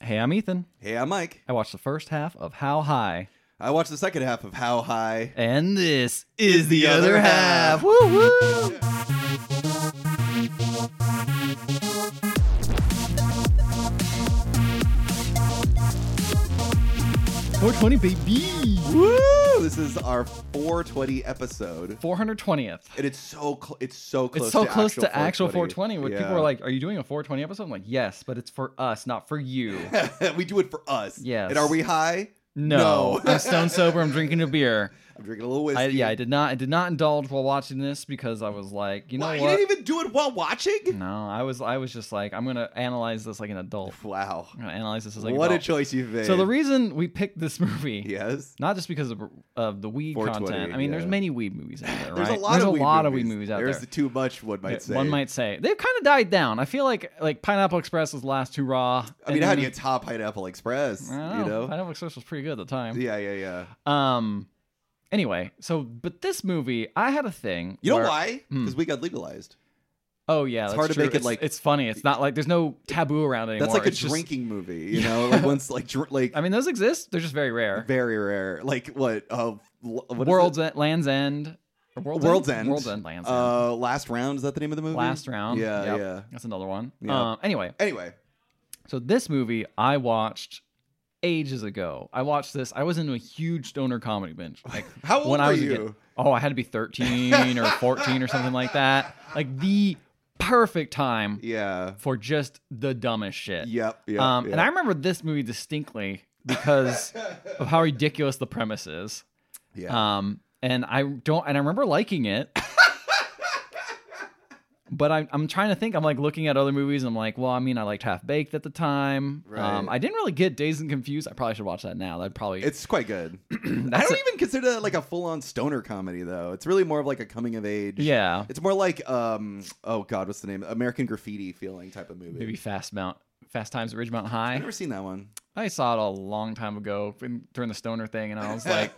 Hey, I'm Ethan. Hey, I'm Mike. I watched the first half of How High, I watched the second half of How High. and this is the, other other half. half. Woo woo! Four twenty, baby. Woo! This is our 420 episode, Four hundred twentieth. and it's so cl- it's so close. It's so to close actual to actual 420. 420. When people are like, "Are you doing a 420 episode?" I'm like, "Yes, but it's for us, not for you." Yeah. we do it for us. Yes. And are we high? No, No. I'm stone sober. I'm drinking a beer. I'm drinking a little whiskey. I, yeah, I did not. I did not indulge while watching this because I was like, you know Why? what? You didn't even do it while watching. No, I was I was just like, I'm gonna analyze this like an adult. Wow. I'm gonna analyze this as like what an a adult. choice you've made. So the reason we picked this movie, yes. not just because of, of the weed 420, content. I mean, there's yeah. many weed movies out there, There's right? a lot there's of a weed lot movies. of weed movies out There's there. the too much one might Yeah, say. One might say they've kind of died down. I feel like like Pineapple Express was last hurrah. I mean, how do you top Pineapple Express? I don't you know. know. Pineapple Express was pretty good at the time. Yeah, yeah, yeah. Um. Anyway, so but this movie, I had a thing. You know where- why? Hmm. Because we got legalized. Oh yeah, that's hard to true. make it, It's- like- it's funny. It's not like there's no taboo around it anymore. That's like a It's just- drinking movie, you know. Like once, like dr- like I mean, those exist. They're just very rare. very rare. Like what? Uh, l- what is World's it? End, Land's End, or World's, World's End. World's End, Land's End. Uh, last round is that the name of the movie? Last round. Yeah, Yep. yeah. That's another one. Yep. Um, anyway, Anyway, so this movie I watched ages ago. I watched this. I was in a huge stoner comedy binge. Like how old when are I was a you? kid. Oh, I had to be 13 or 14 or something like that. Like the perfect time Yeah. for just the dumbest shit. Yep. Yep. um, yep. And I remember this movie distinctly because of how ridiculous the premise is. yeah. Um, and I don't, and I remember liking it. but I, I'm trying to think. I'm like looking at other movies. And I'm like, well, I mean, I liked Half Baked at the time. Um, Right. I didn't really get Dazed and Confused. I probably should watch that now. That'd probably. it's quite good. I that's don't a- even consider that like a full-on stoner comedy though. It's really more of like a coming of age. yeah, It's more like um oh god, what's the name? American Graffiti feeling type of movie. maybe Fast Mount, Fast Times at Ridgemont I've High. never seen that one. I saw it a long time ago in- during the Stoner thing, and I was like,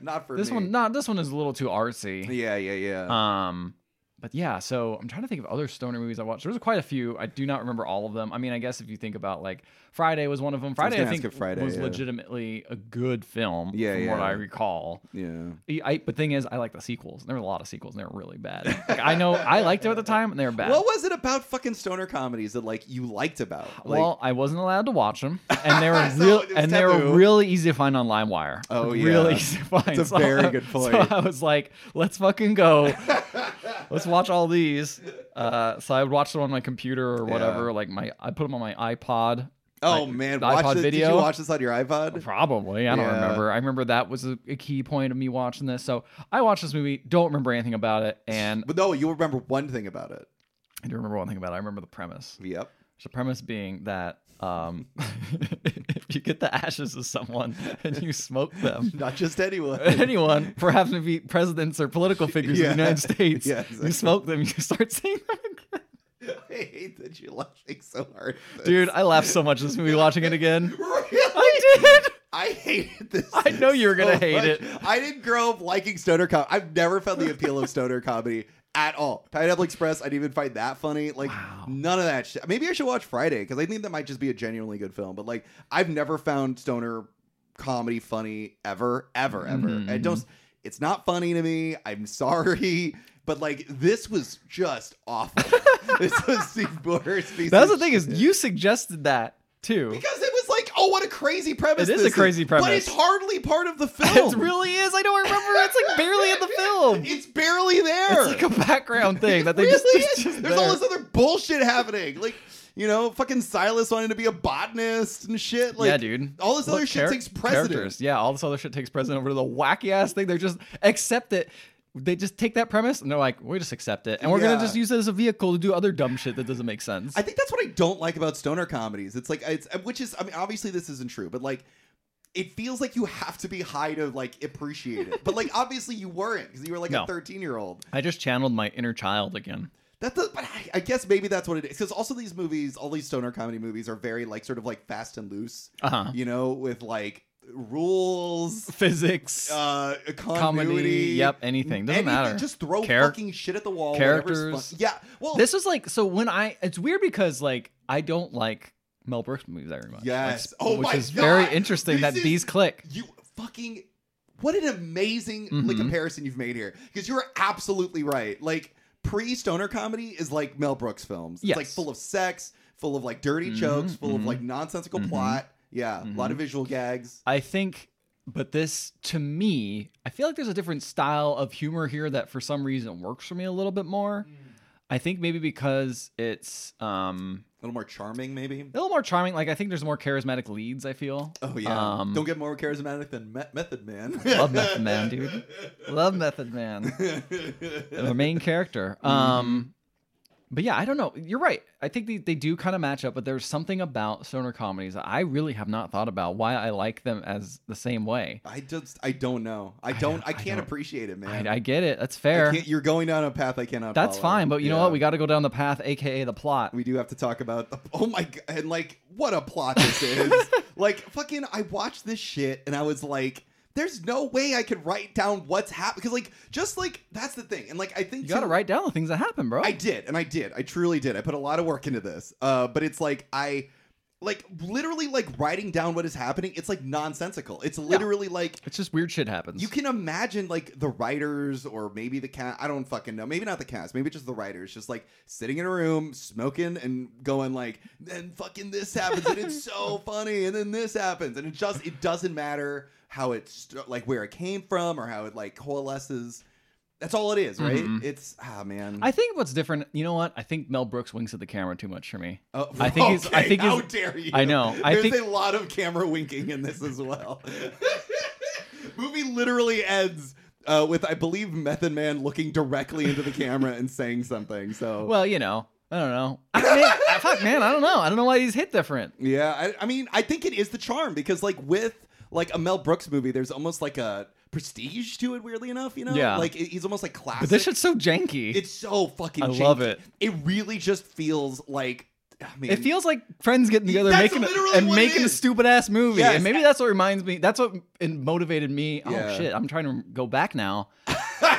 not for this me. one, not this one is a little too artsy. Yeah, yeah, yeah. Um, but yeah, so I'm trying to think of other stoner movies I watched. There was quite a few. I do not remember all of them. I mean, I guess if you think about like Friday was one of them. Friday, I, gonna think, ask if Friday, was yeah. legitimately a good film. Yeah, from what yeah. I recall. yeah. I, I- but thing is, I like the sequels. There were a lot of sequels, and they were really bad. Like, I know I liked them at the time, and they were bad. What was it about fucking stoner comedies that like you liked about? Like, well, I wasn't allowed to watch them, and they were So real, it was and they were taboo. really easy to find on LimeWire. Oh, Like, yeah. really easy to find. That's a very good So point. I was like, let's fucking go, let's watch all these. Uh, so I would watch them on my computer or whatever. Like my, I put them on my iPod. oh like, man, the watch iPod this. Did video? you watch this on your iPod? Probably, I don't Yeah. remember. I remember that was a, a key point of me watching this. So I watched this movie, don't remember anything about it, and But no, you remember one thing about it. I do remember one thing about it. I remember the premise. Yep. The premise being that um, if you get the ashes of someone and you smoke them, Not just anyone. Um, anyone, perhaps maybe presidents or political figures Yeah. in the United States, Yeah, you exactly. smoke them, you start seeing them again. I hate that you're laughing so hard. at this. Dude, I laughed so much this movie watching it again. Really? I did. I hated this. I know you were gonna hate it. I didn't grow up liking stoner comedy. I've never found the appeal of stoner comedy at all. Pineapple Express, I didn't even find that funny. Like Wow. none of that shit. Maybe I should watch Friday because I think that might just be a genuinely good film. But like, I've never found stoner comedy funny ever, ever, ever. Mhm, I don't. It's not funny to me. I'm sorry. But like this was just awful. this was the worst piece. That's of the thing is, shit. you suggested that too. Because it was like, oh, what a crazy premise! It is this a crazy but premise. it's hardly part of the film. It really is. I don't remember. It's like barely in the film. Oh. It's barely there. It's like a background thing that they just. Really it's is. just There's all there. this other bullshit happening. Like, you know, fucking Silas wanting to be a botanist and shit. Like, yeah, dude. All this Look, other shit char- takes precedence. characters. Yeah, all this other shit takes precedent over the wacky ass thing. They're just accept it. They just take that premise and they're like, we just accept it, and we're Yeah. gonna just use it as a vehicle to do other dumb shit that doesn't make sense. I think that's what I don't like about stoner comedies. It's like it's which is I mean obviously this isn't true, but like it feels like you have to be high to like appreciate it. but like obviously you weren't because you were like No. a 13 year old. I just channeled my inner child again. That's a, but I, I guess maybe that's what it is. Because also these movies, all these stoner comedy movies, are very like sort of like fast and loose. Uh huh. You know, with like rules, Physics, uh, continuity, comedy. Yep, anything doesn't anything. matter. Just throw Char- fucking shit at the wall. whatever's characters. fun- Yeah. Well, this was like so when I. It's weird because like I don't like Mel Brooks movies I rewatch. Yes. Like, Oh which my is very God. interesting This that is- these click. You fucking what an amazing like Mhm. comparison you've made here because you're absolutely right. Like pre stoner comedy is like Mel Brooks films. It's like Yes. full of sex, full of like dirty Mhm, jokes, full of mhm. like nonsensical Mhm. plot. Yeah, a Mm-hmm. lot of visual gags. I think, but this to me, I feel like there's a different style of humor here that for some reason works for me a little bit more. Mm. I think maybe because it's um, A little more charming, maybe. a little more charming. Like I think there's more charismatic leads. I feel. Oh yeah. Um, Don't get more charismatic than Me- Method Man. Love Method Man, dude. Love Method Man. the dude. main character. Mm-hmm. Um, but yeah, I don't know. You're right. I think they, they do kind of match up, but there's something about stoner comedies that I really have not thought about why I like them as the same way. I just I don't know. I I don't don't- I I don't- can't appreciate it, man. I, I get it. That's I fair. can't- you're going down a path I cannot. That's follow. fine. But you know Yeah. what? We got to go down the path, aka the plot. We do have to talk about the, oh my god, and like what a plot this is. like fucking, I watched this shit and I was like, there's no way I could write down what's happening because like just like that's the thing, and like I think You got to too- write down the things that happen, bro. I did, and I did, I truly did. I put a lot of work into this, uh, but it's like I. Like literally, like writing down what is happening, it's like nonsensical. It's literally like it's just weird shit happens. you can imagine like the writers or maybe the cast. I don't fucking know. Maybe not the cast. Maybe just the writers, just like sitting in a room smoking and going like, then fucking this happens and it's so funny, and then this happens, and it just it doesn't matter how it's st- like where it came from or how it like coalesces. That's all it is, right? Mhm. It's ah man. I think what's different. You know what? I think Mel Brooks winks at the camera too much for me. Oh, I think he's- I okay, think how he's- dare you? I know. I There's think- a lot of camera winking in this as well. Movie literally ends uh, with I believe Method Man looking directly into the camera and saying something. So Well, you know, I don't know. I, man, I- fuck, man, I don't know. I don't know why he's hit different. yeah, I, I mean, I think it is the charm because like with like a Mel Brooks movie, there's almost like a prestige to it. Weirdly enough, you know, Yeah. like it- he's almost like classic. But this shit's so janky. it's so fucking. I love janky. it. It really just feels like. I mean, It feels like friends getting together That's making literally a, and what it making a is. stupid ass movie. Yes. And maybe that's what reminds me. That's what it motivated me. Yeah. Oh shit, I'm trying to go back now.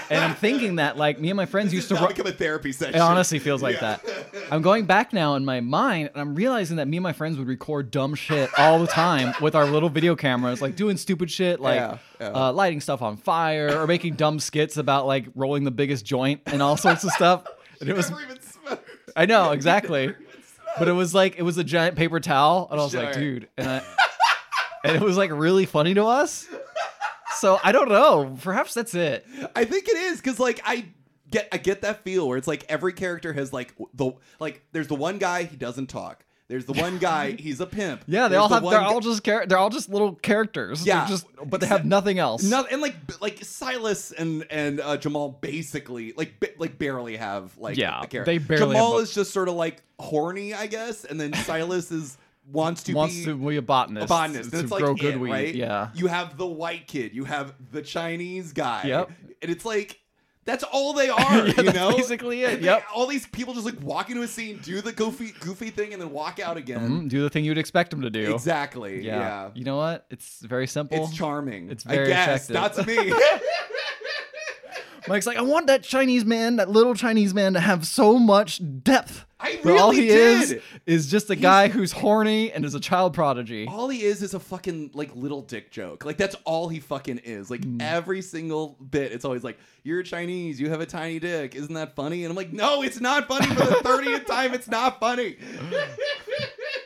and I'm thinking that like me and my friends this used is to now ru- become a therapy session. It honestly feels like Yeah. that. I'm going back now in my mind and I'm realizing that me and my friends would record dumb shit all the time with our little video cameras, like doing stupid shit, like Yeah, yeah. Uh, lighting stuff on fire or making dumb skits about like rolling the biggest joint and all sorts of stuff. And it was Never even smoked. I know exactly, but it was like it was a giant paper towel, and I was like, Sure. dude, and I, and it was like really funny to us. So I don't know. Perhaps that's it. I think it is because like I get I get that feel where it's like every character has like the like there's the one guy he doesn't talk. There's the one guy he's a pimp. Yeah, they There's all the have. one They're gu- all just char- They're all just little characters. They're Yeah. just but they have nothing else. no, and like b- like Silas and and uh, Jamal basically like ba- like barely have like Yeah, a character. they barely Jamal have a- is just sort of like horny, I guess, and then Silas is wants to wants be to be a botanist. a botanist. To That's like grow it, good weed. right? Yeah. You have the white kid. You have the Chinese guy. Yep. And it's like that's all they are. Yeah, you that's know, basically it. And they- Yep. all these people just like walk into a scene, do the goofy goofy thing, and then walk out again. Mm, do the thing you'd expect them to do. Exactly. Yeah. You know what? It's very simple. It's charming. It's I very guess effective. that's me. Mike's like, I want that Chinese man, that little Chinese man, to have so much depth. I But all really he is did. is just a guy who's horny and is a child prodigy. all he is is a fucking like little dick joke. Like that's all he fucking is. Like Mm. every single bit, it's always like, "You're Chinese. You have a tiny dick. Isn't that funny?" And I'm like, "No, it's not funny for the thirtieth time. It's not funny."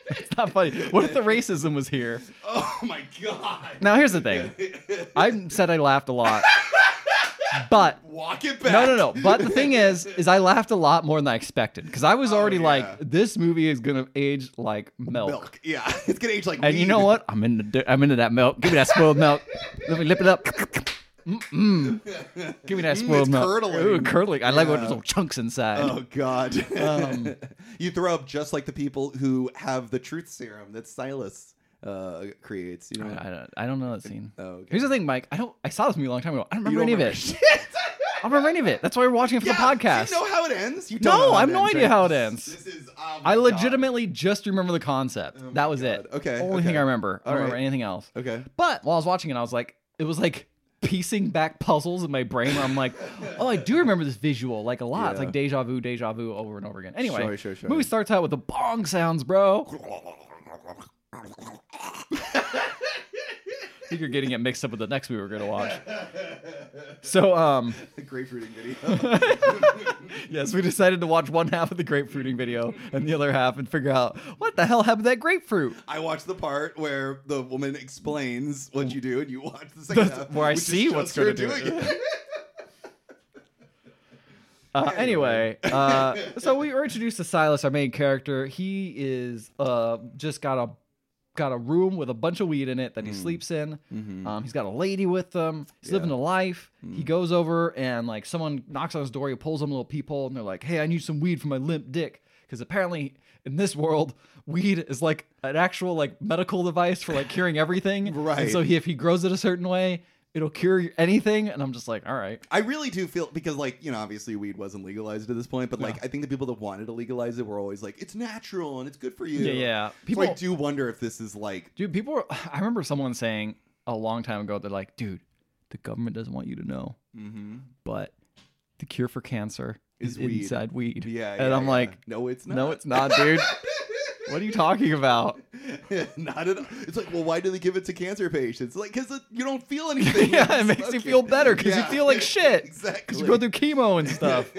It's not funny. What if the racism was here? Oh my god. Now here's the thing. I said I laughed a lot, but Walk it back. no, no, no. But the thing is, is I laughed a lot more than I expected because I was Oh, already yeah. like, this movie is gonna age like milk. milk. Yeah, it's gonna age like. And you weed. know what? I'm into di- I'm into that milk. Give me that spoiled milk. Let me lip it up. Mm-mm. Give me that Mm, spoiled it's milk. curdling. Ooh, curdling. I like when Yeah. there's little chunks inside. Oh god. Um. you throw up just like the people who have the truth serum that Silas uh, creates. You know. I don't, I don't know that scene. Oh, okay. Here's the thing, Mike. I don't. I saw this movie a long time ago. I don't You remember don't any of remember it. shit. I don't remember any of it. That's why we're watching it for Yeah, the podcast. Do you know how it ends? You No, how I it have no ends, idea right? how it ends. This is, oh my I God. legitimately just remember the concept. Oh my that was God. it. Okay, Only okay. thing I remember. I All don't remember right. anything else. Okay. But while I was watching it, I was like, it was like piecing back puzzles in my brain where I'm like, oh, I do remember this visual like a lot. It's Yeah. like deja vu, deja vu over and over again. Anyway, Sure, sure, sure. movie starts out with the bong sounds, bro. I think you're getting it mixed up with the next movie we're gonna watch. So, um, Grapefruiting video. yes, we decided to watch one half of the grapefruiting video and the other half and figure out what the hell happened to that grapefruit. I watched the part where the woman explains what you do, and you watch the second half, where I which is see just what's her gonna do doing it. it. Uh, anyway, uh, so we were introduced to Silas, our main character. He is uh, just got a got a room with a bunch of weed in it that he Mm. sleeps in. Mhm. Um, he's got a lady with him. He's living Yeah. a life. He Mm. goes over and like someone knocks on his door. He pulls him a little peephole, and they're like, "Hey, I need some weed for my limp dick." Because apparently in this world, weed is like an actual like medical device for like curing everything. And Right. so he, if he grows it a certain way, it'll cure anything. And I'm just like, all right. I really do feel because, like, you know, obviously weed wasn't legalized at this point, but like, I think the people that wanted to legalize it were always like, "It's natural and it's good for you." Yeah, yeah. People I do wonder if this is like, Dude, people were, I remember someone saying a long time ago, they're like, dude, the government doesn't want you to know, mhm. but the cure for cancer is, Is weed. inside weed. yeah, And yeah, I'm yeah. like, no, it's not. no, it's not, dude. what are you talking about? not at all. It's like, well, why do they give it to cancer patients? Like, because you don't feel anything. yeah, when it you makes you smoke feel it. better because Yeah. you feel like shit. exactly. Because you go through chemo and stuff.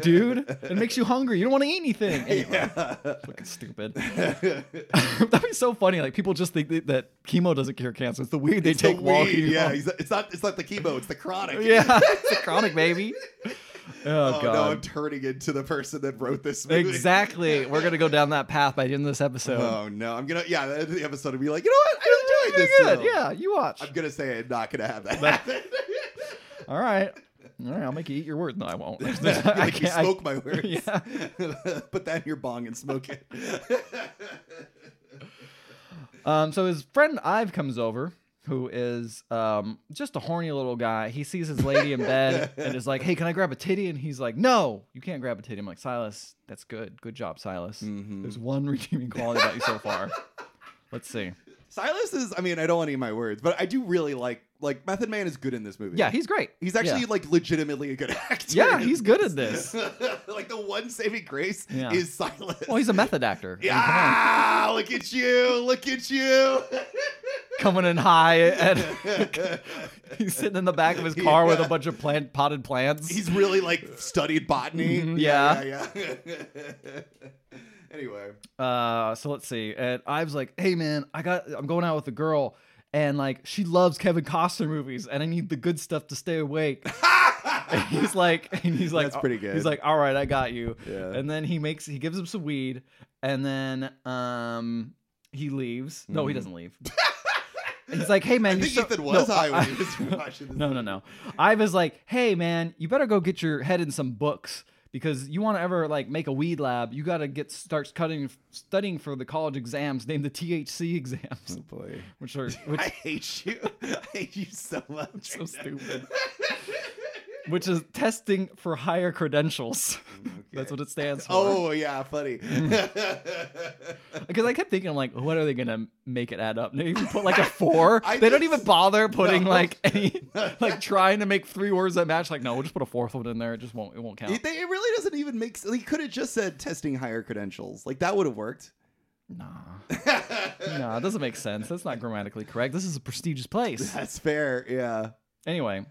Dude, it makes you hungry. You don't want to eat anything. Anyway, fucking stupid. That'd be so funny. Like, people just think that- that chemo doesn't cure cancer. It's the weed they It's the take while weed, chemo. Yeah, exa- it's not. It's not the chemo. It's the chronic. yeah, it's a chronic baby. Oh, Oh, no, God. I'm turning into the person that wrote this movie. Exactly. We're gonna go down that path by the end of this episode. Oh no, I'm gonna. Yeah, the, end of the episode will be like, you know what? I enjoyed Pretty this. good. though." Yeah, you watch. I'm gonna say I'm not gonna have that happen. All right. All right. I'll make you eat your words. No, I won't. I I can can't. I- smoke my words. Yeah. Put that in your bong and smoke it. Um, so his friend Ive comes over, who is um, just a horny little guy. He sees his lady in bed and is like, "Hey, can I grab a titty?" And he's like, "No, you can't grab a titty." I'm like, "Silas, that's good. Good job, Silas. There's one redeeming quality about you so far." Let's see. Silas is. I mean, I don't want to eat my words, but I do really like. Like Method Man is good in this movie. Yeah, he's great. He's actually Yeah. like legitimately a good actor. Yeah, he's good at this. like the one saving grace Yeah. is Silas. Well, he's a method actor. I mean, come on. Yeah, look at you, look at you. coming in high and he's sitting in the back of his car with a Yeah. bunch of plant potted plants. He's really like studied botany. Mhm, yeah. yeah, yeah. anyway, uh so let's see. And Ives like, "Hey man, I got I'm going out with a girl and like she loves Kevin Costner movies and I need the good stuff to stay awake." And he's like and he's like uh, That's pretty good. He's like, "All right, I got you." Yeah. And then he makes he gives him some weed and then um he leaves. No, he doesn't leave. He's like, "Hey man, Mm-hmm. I you're think so- Ethan was no, high I- when he was watching this. No, no, no. I was like, hey, man, you better go get your head in some books because you want to ever like make a weed lab, you got to get start cutting studying for the college exams named the THC exams, boy. which are I Oh, which hate you. I hate you so much. so right now. stupid. which is testing for higher credentials. That's what it stands for. Oh yeah, funny. Mm. Because I kept thinking, I'm like, what are they gonna make it add up? Maybe if you put like a four. I they don't just- even bother putting No. like any, like trying to make three words that match. Like, no, we'll just put a fourth one in there. It just won't. It won't count. It, they- it really doesn't even make. s- He could have just said testing higher credentials. Like that would have worked. Nah. nah, it doesn't make sense. That's not grammatically correct. This is a prestigious place. That's fair. Yeah. Anyway,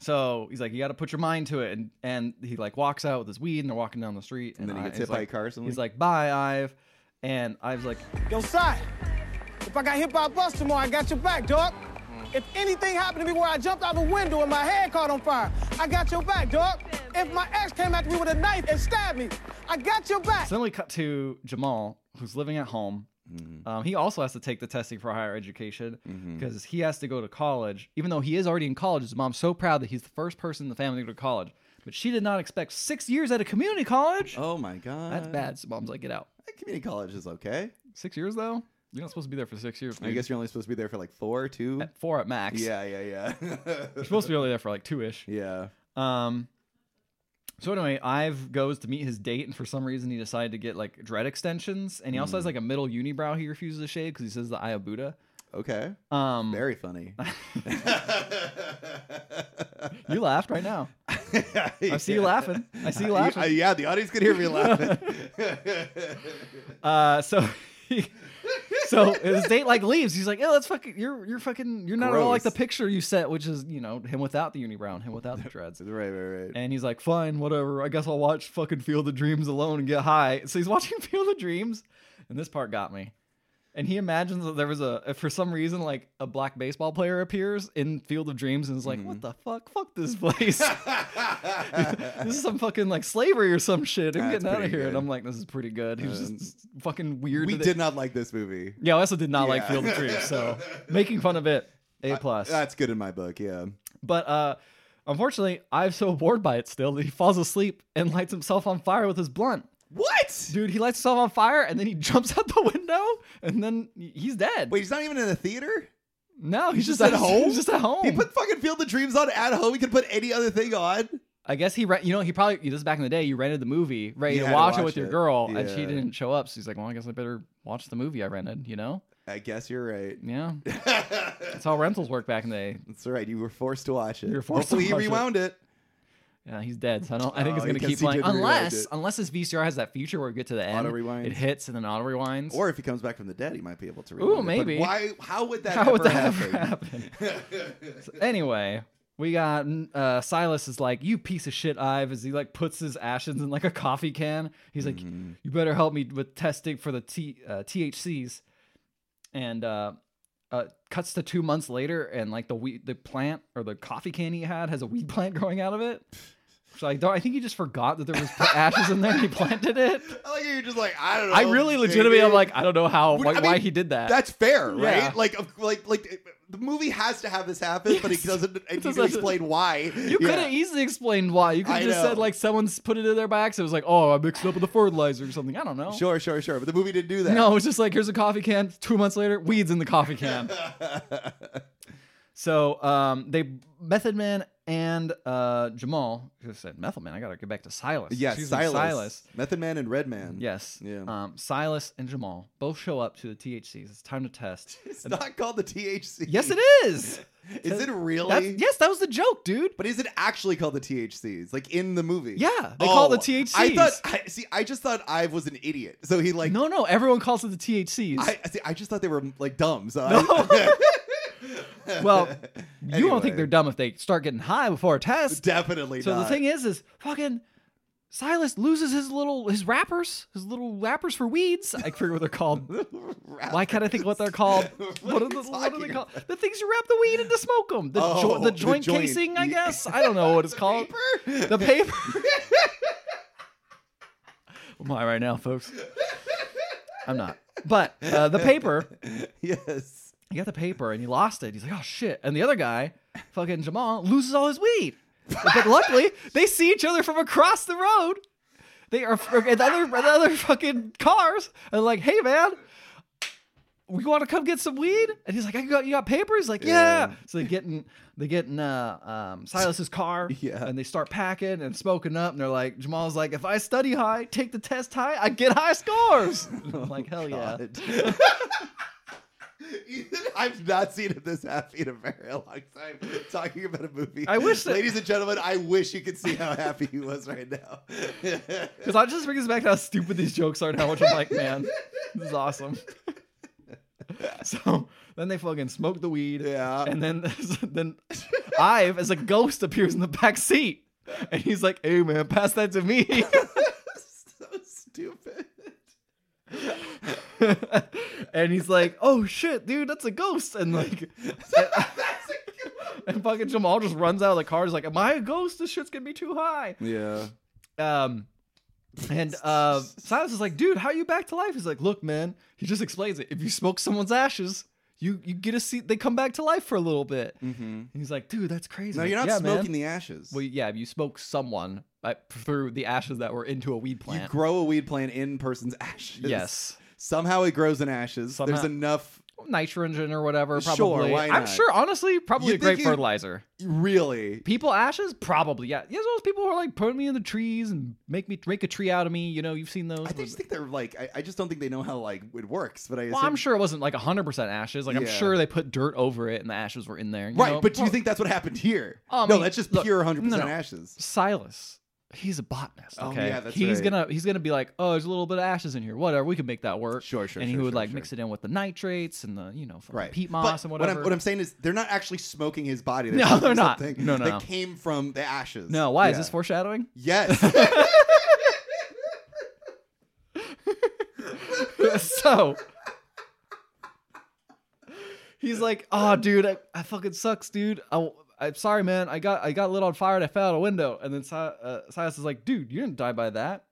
so he's like, you got to put your mind to it, and and he like walks out with his weed, and they're walking down the street, And then he I- gets he's hit by like- a car or something? He's like, bye, Ive, and Ive's like, Yo, Si, if I got hit by a bus tomorrow, I got your back, dog. If anything happened to me where I jumped out a window and my head caught on fire, I got your back, dog. If my ex came after me with a knife and stabbed me, I got your back. so then we cut to Jamal, who's living at home. Mm-hmm. Um, he also has to take the testing for higher education because he has to go to college, even though he is already in college. His mom's so proud that he's the first person in the family to go to college, but she did not expect six years at a community college. Oh my god. That's bad. So mom's like, get out. Community college is okay. Six years though? You're not supposed to be there for six years. I dude. guess you're only supposed to be there for like four, two. At four at max. Yeah, yeah, yeah. You're supposed to be only there for like two ish. yeah. Um so anyway, Ive goes to meet his date, and for some reason he decided to get like dread extensions, and he also has Hmm. like a middle unibrow he refuses to shave because he says the eye of Buddha. Okay. Um, Very funny. you laughed right now. I I see you laughing. I see you laughing. yeah, the audience could hear me laughing. Uh, so he, So his date like leaves. He's like, "Yeah, that's fucking. You're you're fucking. You're not at all like the Gross. picture you set, which is you know him without the unibrow, and him without the dreads." Right, right, right. And he's like, "Fine, whatever. I guess I'll watch fucking Field of Dreams alone and get high." So he's watching Field of Dreams, and this part got me. And he imagines that there was a if for some reason like a black baseball player appears in Field of Dreams and is like, Mm-hmm. "What the fuck? Fuck this place." this is some fucking like slavery or some shit. I'm That's getting out of pretty here. And good. Um, I'm like, this is pretty good. He was just fucking weird. we with it. did not like this movie. Yeah, I also did not like Yeah. Field of Dreams. So making fun of it, A plus. That's good in my book. Yeah. But uh, unfortunately, I'm so bored by it still that he falls asleep and lights himself on fire with his blunt. What? Dude, he lights himself on fire and then he jumps out the window and then he's dead. Wait, he's not even in the theater. no, he's, just just, at home? He's just at home. He put fucking Field of Dreams on at home. He could put any other thing on. I guess he rent. You know, he probably this is back in the day. You rented the movie, right? You You had to watch, it watch with your it. girl, and she Yeah. didn't show up. So he's like, "Well, I guess I better watch the movie I rented." You know? I guess you're right. Yeah, that's how rentals work back in the day. That's all right. You were forced to watch it. You were forced to Hopefully, watch it. he rewound it. Yeah, he's dead. So I don't. I think Oh, it's I gonna guess keep he playing didn't rewind unless it. unless his VCR has that feature where we get to the end, Auto-rewinds. it hits and then auto rewinds. Or if he comes back from the dead, he might be able to. Ooh, rewind it. But maybe. why? How would that? how would ever that happen? ever happen? So anyway, we got uh, Silas is like, "You piece of shit, Ive." As he like puts his ashes in like a coffee can. He's like, Mm-hmm. "You better help me with testing for the T uh, THCs," and. uh uh, cuts to two months later, and like the weed, the plant or the coffee can he had has a weed plant growing out of it. So I don't. I think he just forgot that there was ashes in there. and He planted it. I like how you're just like I don't know. I really legitimately, I'm maybe. like, I don't know how, Would- why, Oh, I mean, why he did that. That's fair, right? Yeah. Like, of- like, like it- the movie has to have this happen, but it Yes. doesn't. It doesn't doesn't- explain why. you e-, could have easily explained why. You could I have just know. said like someone's put it in their backs. It was like, oh, I mixed it up with the fertilizer or something. I don't know. Sure, sure, sure. But the movie didn't do that. No, it's just like here's a coffee can. Two months later, weeds in the coffee can. so um, they Method Man and uh, Jamal. I said Method Man. I gotta get back to Silas. Yeah, Excuse me, Silas. Silas. Method Man and Red Man. Yes. Yeah. Um, Silas and Jamal both show up to the THCs. It's time to test. It's not called the THC. yes, it is. Is it really? That's, yes, that was the joke, dude. But is it actually called the THCs? Like in the movie? Oh, Yeah, they call it the I thought. THCs. I, see, I just thought Ive was an idiot. So he like. no, no, everyone calls it the THCs. I see. I just thought they were like dumb. So I, well, you won't Anyway. think they're dumb if they start getting high before a test. definitely. So not. the thing is, is fucking Silas loses his little his wrappers, his little wrappers for weeds. I forget what they're called. Why can't I think what they're called? What What are are, you the, what are they talking called? The things you wrap the weed in to smoke them. The, jo- Oh, the the joint joint. casing, I Yeah. guess. I don't know what it's called. Paper? The paper. I'm high right now, folks. I'm not. But uh, the paper yes. he got the paper and he lost it. He's like, oh shit. And the other guy, fucking Jamal, loses all his weed. but luckily, they see each other from across the road. They are and the other and the other fucking cars and like, hey man, we want to come get some weed. And he's like, I got you got paper. He's like, yeah. Yeah. So they get in they get in uh, um, Silas's car. Yeah. And they start packing and smoking up. And they're like, Jamal's like, if I study high, take the test high, I get high scores. And I'm like, hell Oh, yeah. Oh God. Ethan, I've not seen him this happy in a very long time talking about a movie. I wish that- ladies and gentlemen, I wish you could see how happy he was right now. Because I just brings back to how stupid these jokes are and how much I'm like, man, this is awesome. so then they fucking smoke the weed. Yeah. And then then Ive as a ghost appears in the back seat. And he's like, hey man, pass that to me. so stupid. and he's like, oh shit, dude, that's a ghost. And like That's a good one. and fucking Jamal just runs out of the car. He's like, Am I a ghost? This shit's gonna be too high. Yeah. Um, and uh, Silas is like, dude, how are you back to life? He's like, look, man. He just explains it. If you smoke someone's ashes, you you get a seat. They come back to life for a little bit. And he's like, dude, that's crazy. Mm-hmm. No, Like, you're not "Yeah, smoking man." the ashes. Well, yeah, you smoke someone uh, through the ashes that were into a weed you plant. grow a weed plant in person's ashes. yes, Somehow it grows in ashes. There's Somehow. enough. nitrogen or whatever. Sure, Probably. why I'm not? sure, honestly, probably You a great think you- fertilizer. Really? People ashes, probably. Yeah, yeah. Those people who are like putting me in the trees and make me make a tree out of me. You know, you've seen those. I with- just think they're like. I, I just don't think they know how like it works. But I. Assume, Well, I'm sure it wasn't like 100% ashes. Like, I'm Yeah. sure they put dirt over it and the ashes were in there. you Right, know? but do you Well, Oh, think that's what happened here? I no, mean, that's just look, pure 100% no, no. ashes. Silas he's a botanist. Oh, Okay, yeah, that's he's right. gonna he's gonna be like, oh, there's a little bit of ashes in here. Whatever, we can make that work. Sure, sure, And he sure, would sure, like sure. mix it in with the nitrates and the you know fucking Right. peat But moss and whatever. What I'm, what I'm saying is they're not actually smoking his body. They're No, smoking they're not. something No, no, That no. came from the ashes. no, why is Yeah. this foreshadowing? Yes. so he's like, "Oh, dude, I, I fucking sucks, dude. I, I'm sorry, man. I got I got lit on fire and I fell out a window." And then Si- uh, Silas is like, "Dude, you didn't die by that.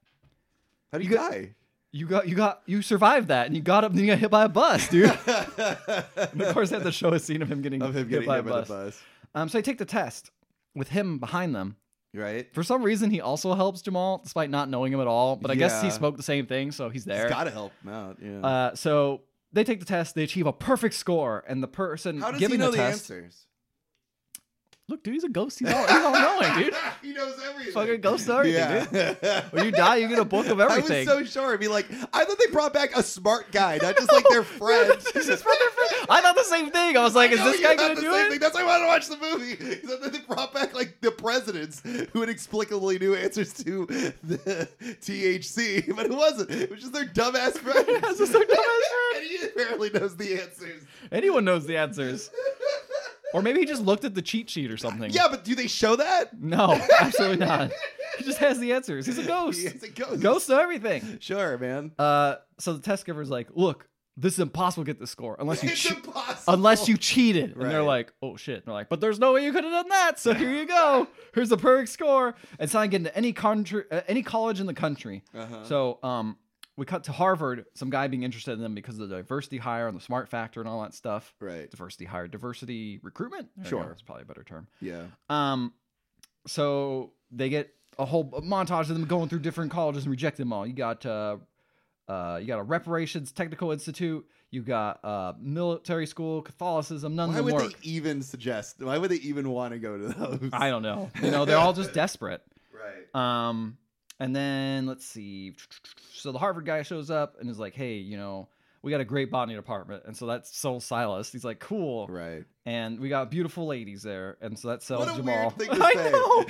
How do you die? You got you got you survived that, and you got up and you got hit by a bus, dude." and of of course, they have to show a scene of him getting him hit, getting by, hit a by the bus. bus. Um, so they take the test with him behind them. Right. For some reason, he also helps Jamal despite not knowing him at all. But I guess he Yeah. smoked the same thing, so he's there. It's gotta help him out. Yeah. Uh, so they take the test, they achieve a perfect score, and the person How does giving he know the the, test. answers? Look, dude, he's a ghost. He's all, he's all knowing, dude. he knows everything. Fucking ghost everything, dude. Yeah. When you die, you get a book of everything. I was so sure. I'd be like, I thought they brought back a smart guy, not just like their friend. This is from their friend. I thought the same thing. I was like, is No, this you guy had gonna the do same it? Thing. That's why I wanted to watch the movie. Is that they brought back like the presidents who inexplicably knew answers to the THC, but it wasn't. It was just their dumbass friends. It was just their dumbass friend. and he apparently knows the answers. Anyone knows the answers. Or maybe he just looked at the cheat sheet or something. Yeah, but do they show that? No, absolutely not. He just has the answers. He's a ghost. Yes, it goes. Ghost of everything. Sure, man. Uh, so the test giver's like, look, this is impossible to get the score unless you it's che- impossible. unless you cheated. And they're Right. like, oh shit. And they're like, but there's no way you could have done that. So here you go. Here's the perfect score. It's not getting to any country, uh, any college in the country. Uh-huh. So um, we cut to Harvard. Some guy being interested in them because of the diversity hire and the smart factor and all that stuff. Right. Diversity hire, diversity recruitment. There you go. Sure. that's probably a better term. Yeah. Um, so they get a whole montage of them going through different colleges and rejecting them all. You got uh, uh, you got a reparations technical institute. You got uh, military school, Catholicism, none Why of them would work. they even suggest? Why would they even want to go to those? I don't know. You know, they're all just desperate. Right. Um, and then let's see. So the Harvard guy shows up and is like, "Hey, you know, we got a great botany department." And so that's Sol Silas. He's like, "Cool." Right. And we got beautiful ladies there, and so that sells what a Jamal. weird thing to I say. know.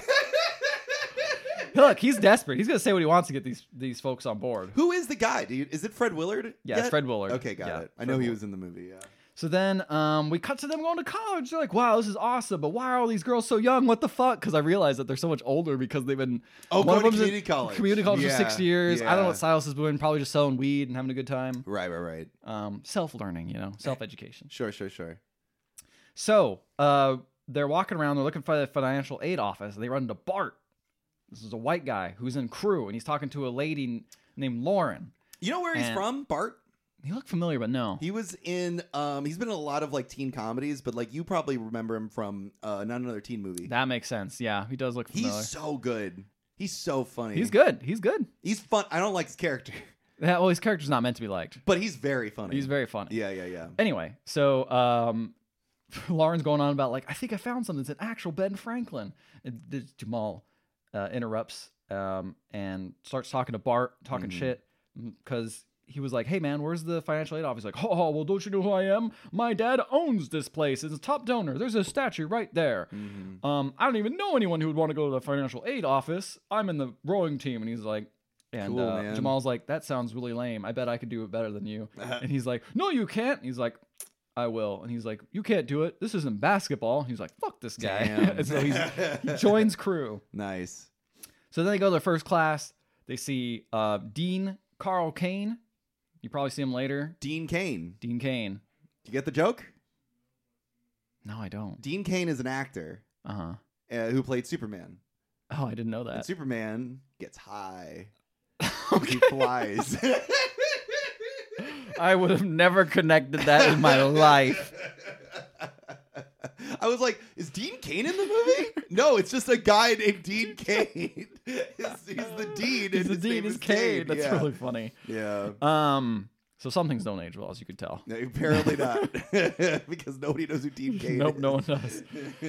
Look, he's desperate. He's gonna say what he wants to get these these folks on board. Who is the guy, dude? Is it Fred Willard? Yeah, it's yet? Fred Willard. Okay, got Yeah, it. I Fred know he Willard. was in the movie. Yeah. So then um, we cut to them going to college. They're like, "Wow, this is awesome!" But why are all these girls so young? What the fuck? Because I realize that they're so much older because they've been Oh, one going of to them's in community college. community college for six Yeah, years. I don't know yeah. what Silas is doing. Probably just selling weed and having a good time. Right, right, right. Um, self learning, you know, self education. Sure, sure, sure. So uh, they're walking around. They're looking for the financial aid office. And they run into Bart. This is a white guy who's in crew, and he's talking to a lady named Lauren. You know where he's And- from, Bart? He looked familiar, but no. He was in. Um, he's been in a lot of like teen comedies, but like you probably remember him from uh, not another teen movie. That makes sense. Yeah, he does look he's familiar. so good. He's so funny. He's good. He's good. He's fun. I don't like his character, Yeah, well, his character's not meant to be liked. but he's very funny. He's very funny. Yeah, yeah, yeah. Anyway, so um, Lauren's going on about like, I think I found something. It's an actual Ben Franklin. And the- Jamal uh, interrupts um, and starts talking to Bart, talking Mm-hmm. shit, because he was like, "Hey man, where's the financial aid office?" Like, "Oh, oh, well, don't you know who I am? My dad owns this place. It's a top donor. There's a statue right there." Mm-hmm. Um, I don't even know anyone who would want to go to the financial aid office. I'm in the rowing team, and he's like, and Cool, uh, man. Jamal's like, that sounds really lame. I bet I could do it better than you. and he's like, no, you can't. And he's like, I will. And he's like, you can't do it. This isn't basketball. And he's like, fuck this guy. Damn. and so he's, he joins crew. Nice. So then they go to their first class. They see uh, Dean Carl Kane. You probably see him later. Dean Kane. Dean Kane. Do you get the joke? No, I don't. Dean Kane is an actor Uh huh. uh, who played Superman. Oh, I didn't know that. And Superman gets high. He flies. I would have never connected that in my life. I was like, is Dean Kane in the movie? No, it's just a guy named Dean Kane. he's, he's the Dean. He's and the his name Dean is Kane. That's yeah. really funny. Yeah. Um, So some things don't age well, as you could tell. No, apparently not, because nobody knows who Team Kane. Nope, is. no one does.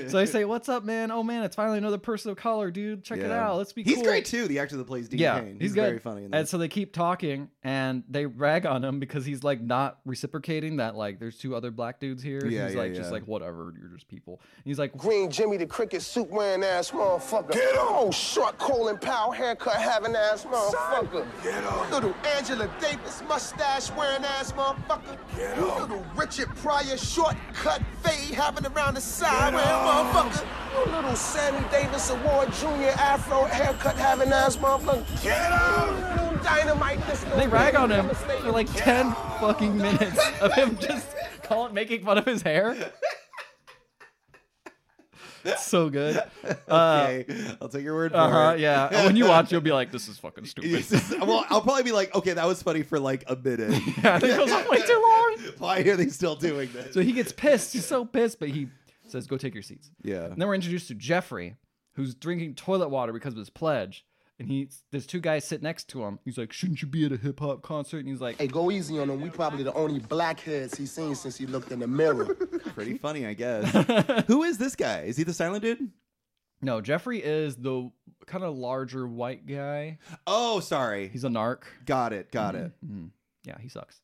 So I say, "What's up, man? Oh man, it's finally another person of color, dude. Check it Yeah. out. Let's be He's cool." great too. The actor that plays Dean yeah, Kane. He's, he's, good. very funny. In and that. so they keep talking, and they rag on him because he's like not reciprocating that. Like, there's two other black dudes here. and Yeah, he's yeah, like just yeah. like whatever. You're just people. And he's like, Green Jimmy the cricket suit wearing ass motherfucker. Get him! Oh, short Colin Powell haircut having ass motherfucker. Get him! Little Angela Davis mustache wearing ass motherfucker. Get him! Little Richard Pryor shortcut fade having around the side wearing motherfucker. Little Sammy Davis Award Jr. afro haircut having ass motherfucker. Get him! Little dynamite this they rag on him for like ten fucking minutes of him just calling, making fun of his hair. It's so good. okay, I'll take your word for Uh huh. it. uh, Yeah. When you watch, you'll be like, "This is fucking stupid." It's just- well, I'll probably be like, okay, that was funny for like a minute. yeah, it goes on way too long. Why are they still doing this? So he gets pissed. He's so pissed, but he says, "Go take your seats." Yeah. And then we're introduced to Jeffrey, who's drinking toilet water because of his pledge. And he, there's two guys sit next to him. He's like, "Shouldn't you be at a hip hop concert?" And he's like, Hey, go easy on him. We probably the only blackheads he's seen since he looked in the mirror. Pretty funny, I guess. Who is this guy? Is he the silent dude? "No, Jeffrey is the kind of larger white guy. Oh, sorry. He's Mm-hmm. a narc. Got it. Got it. Yeah, he sucks."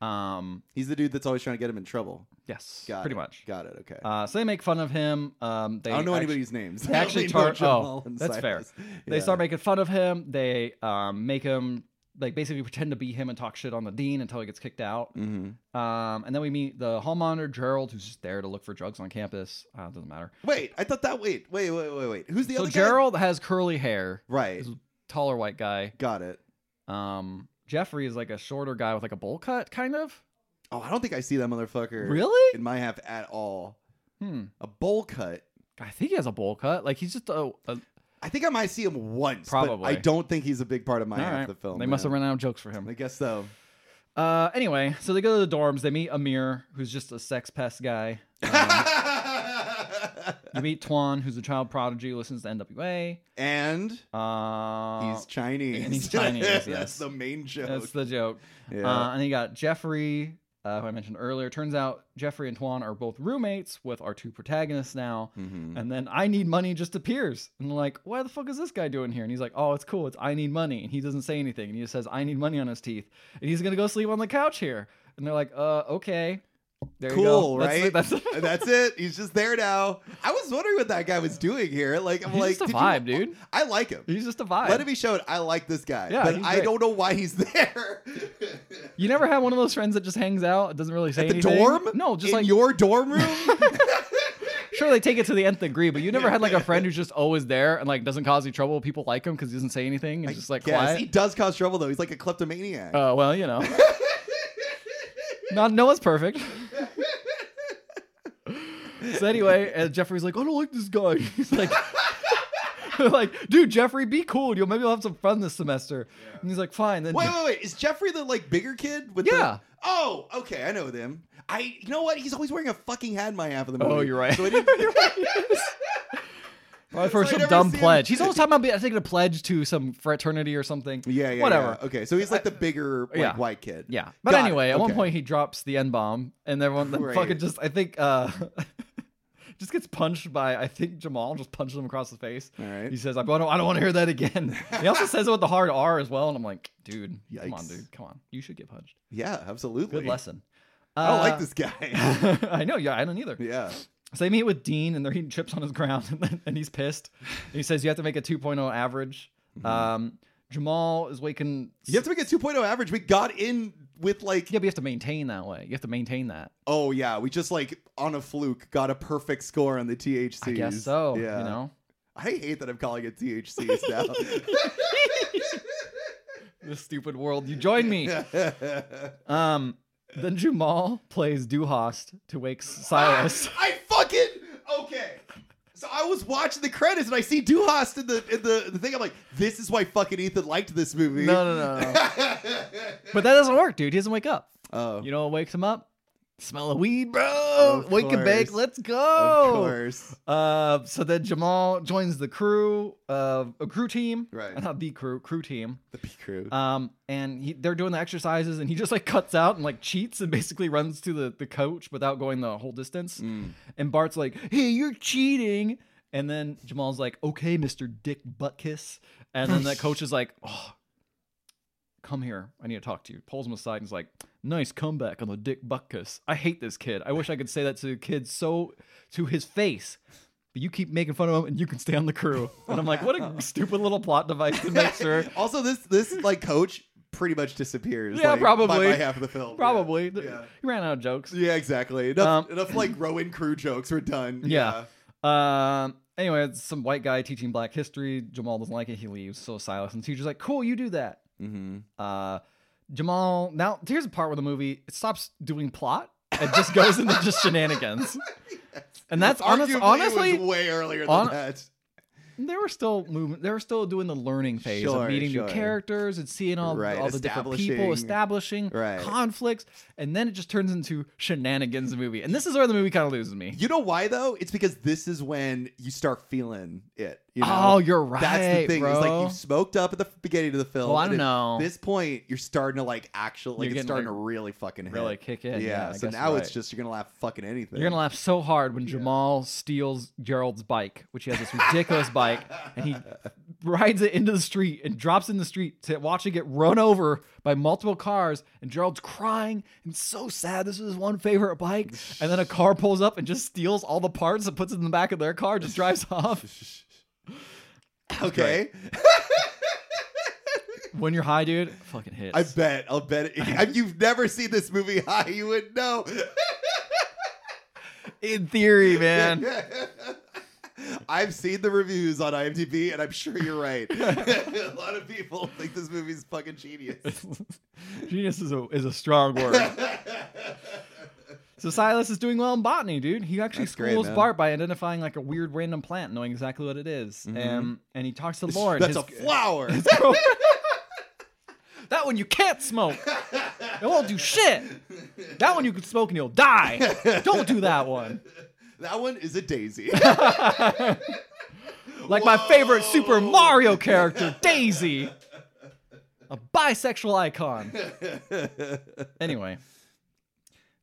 Um. He's the dude that's always trying to get him in trouble. Yes. Got pretty it. much. Got it. Okay. Uh, so they make fun of him. Um, they I don't know actu- anybody's names. They I actually only know tar- Jamal oh, and that's fair. Silas. They Yeah. start making fun of him. They um, make him like basically pretend to be him and talk shit on the dean until he gets kicked out. Mm-hmm. Um, and then we meet the hall monitor Gerald, who's just there to look for drugs on campus. Uh, doesn't matter. Wait, I thought that. Wait, wait, wait, wait, wait. Who's the so other Gerald has curly hair, guy? Right. taller white guy. Got it. Um, Jeffrey is like a shorter guy with like a bowl cut, kind of. Oh, I don't think I see that motherfucker. Really? In my half at all. Hmm. A bowl cut. I think he has a bowl cut. Like he's just a. a I think I might see him once. but Probably. I don't think he's a big part of my all half right. of the film. they must have man. run out of jokes for him. I guess so. Uh, anyway, so they go to the dorms. They meet Amir, who's just a sex pest guy. Um, you meet Tuan, who's a child prodigy, listens to NWA. and Uh, he's Chinese. and he's Chinese, yes. that's the main joke. that's the joke. Yeah. Uh, and you got Jeffrey, uh, who I mentioned earlier. Turns out Jeffrey and Tuan are both roommates with our two protagonists now. Mm-hmm. Mm. And then I Need Money just appears. And they're like, why the fuck is this guy doing here? And he's like, oh, it's cool. It's I Need Money. And he doesn't say anything. And he just says, I Need Money on his teeth. And he's going to go sleep on the couch here. And they're like, uh, okay. There you go. cool, That's- right? That's, And that's it. He's just there now. I was wondering what that guy was doing here. Like, I'm He's like, just a did vibe, you, dude. I like him. he's just a vibe. Let it be shown. I like this guy, Yeah, but he's I great. don't know why he's there. You never had one of those friends that just hangs out, doesn't really say At the anything. dorm? No, just In like your dorm room. sure they take it to the nth degree, but you never had like a friend who's just always there and like doesn't cause any trouble. People like him because he doesn't say anything and just like yes, he quiet. does cause trouble though. He's like a kleptomaniac. Uh, well, you know, not no one's perfect. so anyway, and Jeffrey's like, I don't like this guy. He's like. they're like, dude, Jeffrey, be cool. You'll maybe we'll have some fun this semester. And he's like, fine. Then wait, wait, wait. Is Jeffrey the like bigger kid? With Yeah. The... Oh, okay. I know them. I. You know what? He's always wearing a fucking hat in my half of the movie. Oh, you're right. So I didn't. Probably for That's why some I never dumb see him. pledge. He's always talking about being, I think, a pledge to some fraternity or something. Yeah, yeah. Whatever. yeah. Okay, so he's like the bigger like, Yeah. white kid. Yeah. But Got it. anyway, at one Okay. point he drops the N bomb and everyone then Great. fucking just I think uh just gets punched by I think Jamal just punches him across the face. All right. He says, I don't I don't want to hear that again. he also says it with the hard R as well, and I'm like, dude, come on, Yikes. dude, come on. You should get punched. yeah, absolutely. Good lesson. I don't like Uh, this guy. I know, yeah, I don't either. yeah. So they meet with Dean and they're eating chips on his ground and, then, and he's pissed. And he says you have to make a 2.0 average. Um, Jamal is waking. Mm-hmm. You have to make a 2.0 average. We got in with like, yeah, but you have to maintain that way. You have to maintain that. oh yeah, we just like on a fluke got a perfect score on the THCs. I guess so. Yeah. You know, I hate that I'm calling it THCs this stupid world. You join me. now. Um, then Jamal plays Duhast to wake Silas. Ah, I fucking okay. So I was watching the credits and I see Duhast in the in the, the thing. I'm like, this is why fucking Ethan liked this movie. no, no, no. no. but that doesn't work, dude. He doesn't wake up. Oh. You know what wakes him up? Smell of weed, bro. Of Wake and bake. course. Let's go. Of course. Uh, so then Jamal joins the crew, uh, a crew team, Uh, Right. Not the crew, crew team. The P crew. Um, and he, they're doing the exercises, and he just like cuts out and like cheats and basically runs to the the coach without going the whole distance. And Bart's like, "Hey, you're cheating!" And then Jamal's like, "Okay, Mister Dick Buttkiss." And then that coach is like, "Oh, come here, I need to talk to you." Pulls him aside and is like, "Nice comeback on the Dick Buttkiss. I hate this kid. I wish I could say that to the kid so to his face." But you keep making fun of him, and you can stay on the crew. And I'm like, what a stupid little plot device to make sure also, this this like coach pretty much disappears. Yeah, like, by- probably. by, half of the film. Yeah. Probably. Yeah. Th- He ran out of jokes. Yeah, exactly. Enough, Um, enough like Rowan crew jokes were done. Yeah. Um. Anyway, it's some white guy teaching black history. Jamal doesn't like it. He leaves. So Silas and the teacher's like, "Cool, you do that." Mm-hmm. Uh, Jamal. Now here's a part where the movie it stops doing plot and just goes into just shenanigans. And that's honest, honestly, it was way earlier than hon- that. they were still moving. They were still doing the learning phase Sure, of meeting sure. new characters and seeing all, Right, all the different people, establishing- establishing Right. conflicts, and then it just turns into shenanigans movie. And this is where the movie kind of loses me. You know why though? It's because this is when you start feeling it. You know? Oh, you're That's the right, thing. It's bro. like you've smoked up at the beginning of the film. Well, I and don't at know. This point, you're starting to like actually, You're like, it's getting, starting like, to really fucking hit. really kick in. Yeah, I so guess now you're it's right. just you're gonna laugh fucking anything. You're gonna laugh so hard when Jamal steals Gerald's bike, which he has this ridiculous bike, and he rides it into the street and drops it in the street to watching it run over by multiple cars. And Gerald's crying and so sad. This is his one favorite bike, and then a car pulls up and just steals all the parts and puts it in the back of their car, just drives off. Okay. When you're high, dude, fucking hits. I bet. I'll bet. It, if you've never seen this movie high, you would know. in theory, man. I've seen the reviews on IMDb, and I'm sure you're right. a lot of people think this movie's fucking genius. Genius is a is a strong word. so Silas is doing well in botany, dude. He actually That's great, schools man. Bart by identifying like a weird random plant, knowing exactly what it is. and and he talks to Lauren. Mm-hmm. That's his- a flower. that one you can't smoke. It won't do shit. That one you can smoke and you'll die. Don't do that one. that one is a daisy. Like my favorite Super Mario character, Daisy. A bisexual icon. anyway.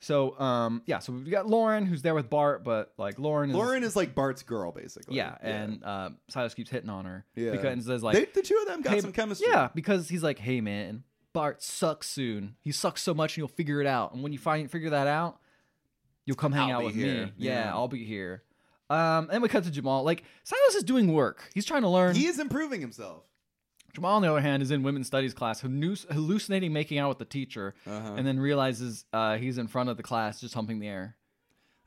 So um yeah, so we've got Lauren who's there with Bart, but like Lauren is Lauren is like Bart's girl, basically. yeah, and uh, Silas keeps hitting on her. Yeah. Because and says like they, the two of them got hey- some chemistry. Yeah, because he's like, hey man, Bart sucks soon. He sucks so much and you'll figure it out. And when you find figure that out, you'll come hang I'll out be with here. me. Yeah, Yeah. I'll be here. Um, and we cut to Jamal. Like Silas is doing work. He's trying to learn. he is improving himself. Jamal, on the other hand, is in women's studies class, halluc- hallucinating making out with the teacher, and then realizes uh, he's in front of the class just humping the air.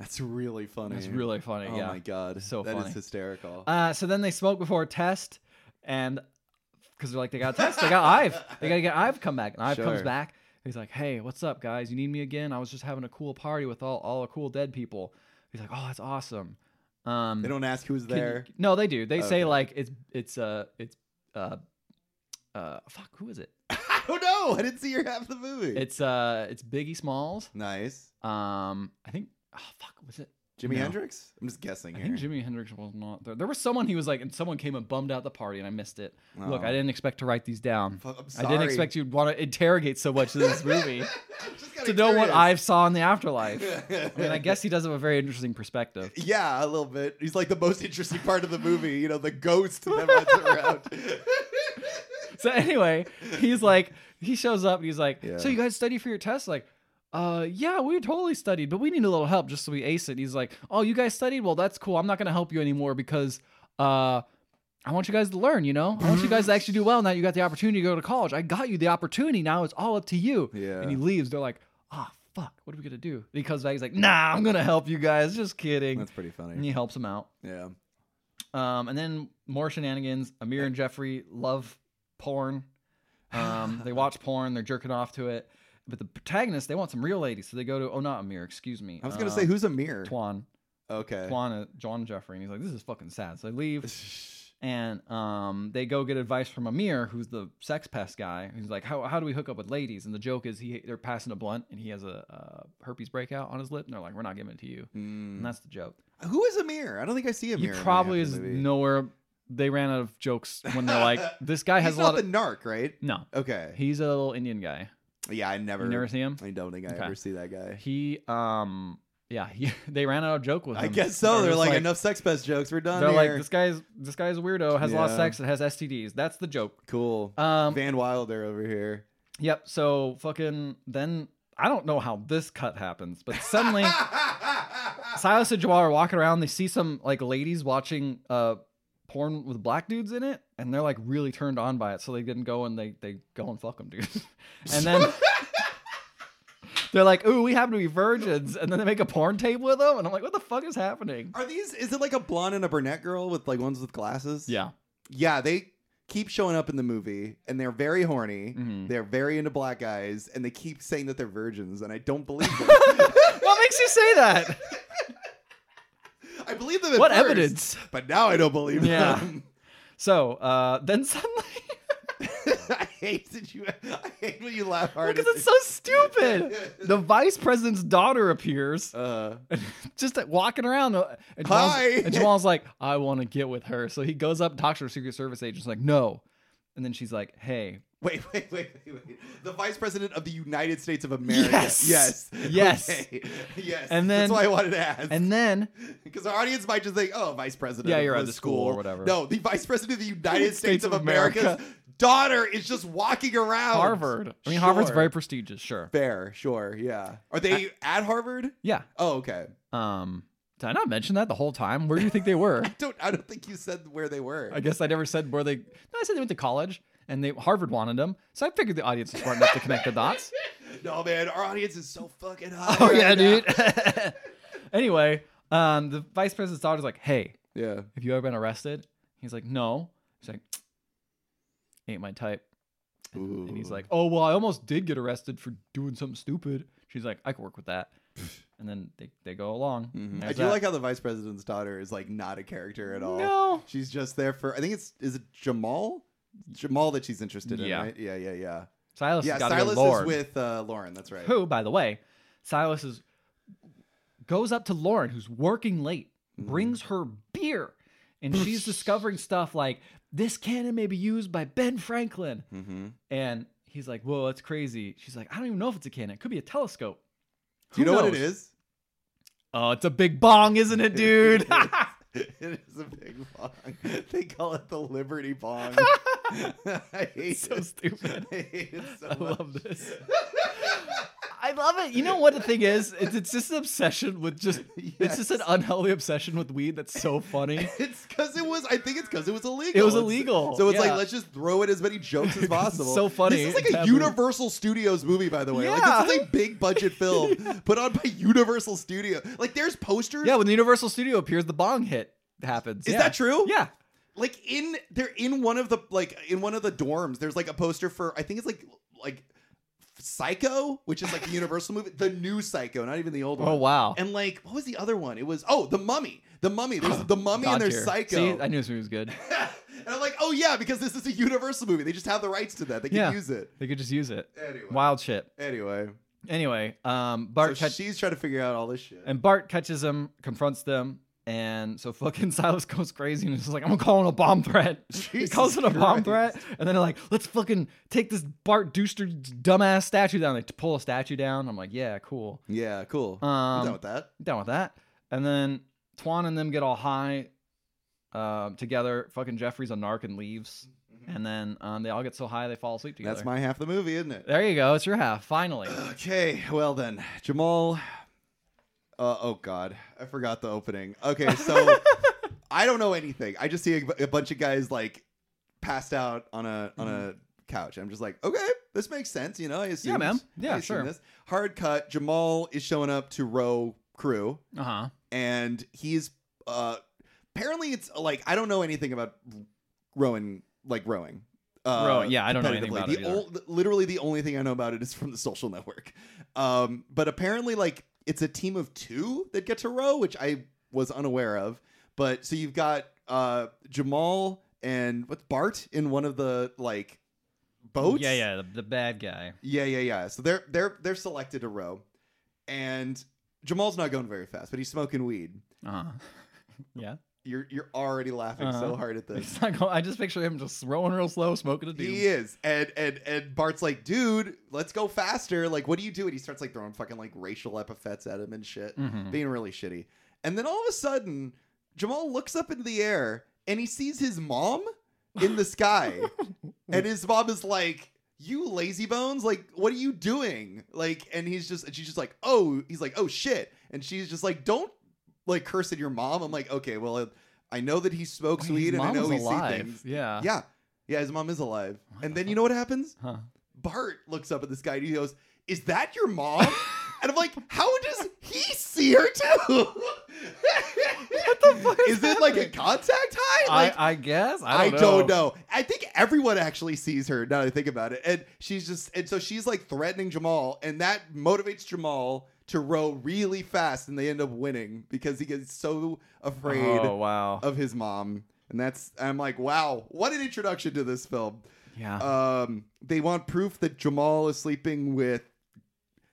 That's really funny. It's really funny. Oh yeah. my god, So That is funny. hysterical. Uh, so then they smoke before a test, and because they're like, they got a test, they got Ive, they gotta get Ive to come back, and Ive comes Sure. back. He's like, hey, what's up, guys? You need me again? I was just having a cool party with all all the cool dead people. He's like, oh, that's awesome. Um, they don't ask who's can you- there. no, they do. They Okay. say like it's it's uh it's uh uh fuck who is it? I don't know. I didn't see your half the movie. It's uh it's Biggie Smalls. nice. Um, I think oh, fuck was it? Jimi No. Hendrix. I'm just guessing I here. think Jimi Hendrix was not there. There was someone he was like, and someone came and bummed out the party, and I missed it. Look, Oh. I didn't expect to write these down. Fuck, I'm I didn't sorry. expect you'd want to interrogate so much of this movie Just to kinda know what curious. Ive saw in the afterlife. I mean, I guess he does have a very interesting perspective. Yeah, a little bit. He's like the most interesting part of the movie. You know, the ghost that runs around. So anyway, he's like, he shows up and he's like, Yeah. so you guys study for your test? Like, uh, yeah, we totally studied, but we need a little help just so we ace it. And he's like, oh, you guys studied? Well, that's cool. I'm not gonna help you anymore because, uh. I want you guys to learn, you know? I want you guys to actually do well now. You got the opportunity to go to college. I got you the opportunity. Now it's all up to you. Yeah. And he leaves. They're like, ah, fuck, what are we going to do? And he comes back. He's like, nah, I'm going to help you guys. Just kidding. That's pretty And funny. he helps him out. Yeah. Um, and then more shenanigans. Amir and Jeffrey love porn. Um, they watch porn. They're jerking off to it. But the protagonist, they want some real ladies, so they go to oh, not Amir, excuse me. I was gonna uh, say who's Amir? Tuan. Okay. Tuan, uh, John Jeffrey, and he's like, this is fucking sad. So they leave. and um, they go get advice from Amir, who's the sex pest guy. Who's like, how, how do we hook up with ladies? And the joke is he they're passing a blunt, and he has a, uh herpes breakout on his lip, and they're like, we're not giving it to you. And that's the joke. Hmm. Who is Amir? I don't think I see Amir. he in probably half the is movie. nowhere. They ran out of jokes when they're like, this guy has He's a lot not of the narc, right? no. Okay. He's a little Indian guy. yeah, I never. You never see him? I don't think I Okay. ever see that guy. He um yeah he, they ran out of joke with him. I guess so. They're just like, enough sex pest jokes. We're done. They're like here." this guy's this guy's a weirdo has a lot of Yeah. sex and has STDs. That's the joke. cool. Um Van Wilder over here. yep. So fucking then I don't know how this cut happens, but suddenly Silas and Jawar are walking around. They see some like ladies watching uh porn with black dudes in it, and they're like really turned on by it. So they didn't go and they they go and fuck them, dude. and then. They're like, ooh, we happen to be virgins, and then they make a porn tape with them, and I'm like, what the fuck is happening? Are these? Is it like a blonde and a brunette girl with like ones with glasses? Yeah, Yeah, they keep showing up in the movie, and they're very horny. Mhm. They're very into black guys, and they keep saying that they're virgins, and I don't believe them. what makes you say that? I believe them. At What first, evidence? But now I don't believe Yeah. them. So uh, then suddenly, I hate that you. I hate when you laugh hard. because it's so stupid, the vice president's daughter appears, Uh, just like, walking around. uh, And Jamal's, Hi. and Jamal's like, I want to get with her. So he goes up, talks to her Secret Service agent. She's like, no. And then she's like, hey. wait, wait, wait, wait, wait. The vice president of the United States of America. Yes. Yes. Yes. Okay. Yes. And that's then- why I wanted to ask. And then Because our audience might just think, oh, vice president. Yeah, of you're at the the school or whatever. No, the vice president of the United States, States of of America's America. daughter is just walking around. Harvard. I mean, Harvard's Sure. very prestigious, Oh, sure. fair. Sure. Yeah. Are they at Harvard? Yeah. Oh, okay. Um, did I not mention that the whole time? Where do you think they were? Don't. I don't think you said where they were. I guess I never said where they. No, I said they went to college, and they Harvard wanted them. So I figured the audience was smart enough to connect the dots. No, man. Our audience is so fucking hot. Oh right yeah, now. dude. anyway, um, the vice president's daughter's like, "Hey, Yeah. have you ever been arrested?" He's like, "No." She's like, "Ain't my type." And he's Ooh. like, "Oh well, I almost did get arrested for doing something stupid." She's like, "I could work with that." and then they, they go along. Mhm. I There's do that. like how the vice president's daughter is like not a character at all. No. She's just there for. I think it's is it Jamal. Jamal that she's interested Yeah. in, right? Yeah, yeah, yeah. Silas yeah, has got to Silas go Lord. is with uh, Lauren. That's right. who, by the way, Silas is goes up to Lauren, who's working late, Mm-hmm. brings her beer, and she's discovering stuff like this cannon may be used by Ben Franklin. Mm-hmm. And he's like, Whoa, that's crazy. She's like, I don't even know if it's a cannon. It could be a telescope. Do you Who know what it knows? is? Oh, it's a big bong, isn't it, dude? it is a big bong. They call it the Liberty Bong. I hate so it. stupid. I hate it so I much. love this. I love it. You know what the thing is? It's, it's just an obsession with just, it's just an unhealthy obsession with weed that's so funny. It's because it was. I think it's because it was illegal. It was It's- illegal, so it's yeah. like let's just throw in as many jokes as possible. So funny, This is like a taboo. Universal Studios movie, by the way. Like this is Yeah. a big budget film put on by Universal Studio. Like there's posters. Yeah, when the Universal Studio appears, the bong hit happens. Is Yeah. that true? Yeah. Like in they're in one of the like in one of the dorms. There's like a poster for I think it's like like Psycho, which is like the Universal movie, the new Psycho, not even the old one. Oh wow. And like, what was the other one? It was oh, the Mummy, the Mummy. There's the Mummy God and there's tier. Psycho. See, I knew this movie was good. and I'm like, oh yeah, because this is a Universal movie. They just have the rights to that. They can Yeah. use it. They could just use it. Anyway. Wild shit. Anyway, Anyway, um, Bart so catch- she's trying to figure out all this shit. and Bart catches him, confronts them, and so fucking Silas goes crazy and is just like, "I'm calling a bomb threat." he Jesus calls it a bomb Christ. threat, and then they're like, "Let's fucking take this Bart Dooster dumbass statue down." They pull a statue down. I'm like, "Yeah, cool." yeah, cool. I'm Um, done with that. down with that. And then Twan and them get all high um, together. Fucking Jeffrey's a narc and leaves. And then um, they all get so high they fall asleep together. Mm-hmm. That's my half the movie, isn't it? There you go. It's your half. Finally. Okay, well then, Jamal. Uh, oh God, I forgot the opening. Okay, so I don't know anything. I just see a, bu- a bunch of guys like passed out on a on a couch. I'm just like, okay, this makes sense. You know, I assume. man. Yeah, sure. This. Hard cut. Jamal is showing up to row crew, Uh huh. and he's uh, apparently it's like I don't know anything about rowing, like rowing. Uh, Rowing, yeah, I don't know anything competitively. about it The ol- literally, the only thing I know about it is from the Social Network. Um, but apparently, like it's a team of two that get to row, which I was unaware of. But so you've got uh, Jamal and what's Bart in one of the like boats? Yeah, yeah, the, the bad guy. Yeah, yeah, yeah. So they're they're they're selected to row, and Jamal's not going very fast, but he's smoking weed. Uh huh. yeah. You're you're already laughing so Uh-huh. hard at this. It's not going, I just picture him just rowing real slow, smoking a doom. He is, and and and Bart's like, dude, let's go faster. Like, what do you do? And he starts like throwing fucking like racial epithets at him and shit, Mhm. being really shitty. And then all of a sudden, Jamal looks up into the air and he sees his mom in the sky, and his mom is like, "You lazy bones, like, what are you doing?" Like, and he's just, and she's just like, "Oh," he's like, "Oh shit," and she's just like, "Don't like curse at your mom." I'm like, okay, well. I know that he Wait, smokes his weed and I mom know was he sees alive. things. Yeah. Yeah. Yeah, his mom is alive. What And the then you know what happens? Huh. Bart looks up at this guy and he goes, Is that your mom? and I'm like, How does he see her too? what the fuck Is is it like a happening? contact high? Like, I, I guess. I I don't, don't, know. know. I think everyone actually sees her now that I think about it. And she's just, and so she's like threatening Jamal, and that motivates Jamal to row really fast, and they end up winning because he gets so afraid Oh, wow. of his mom. And that's, I'm like, wow, what an introduction to this film. yeah. Um, they want proof that Jamal is sleeping with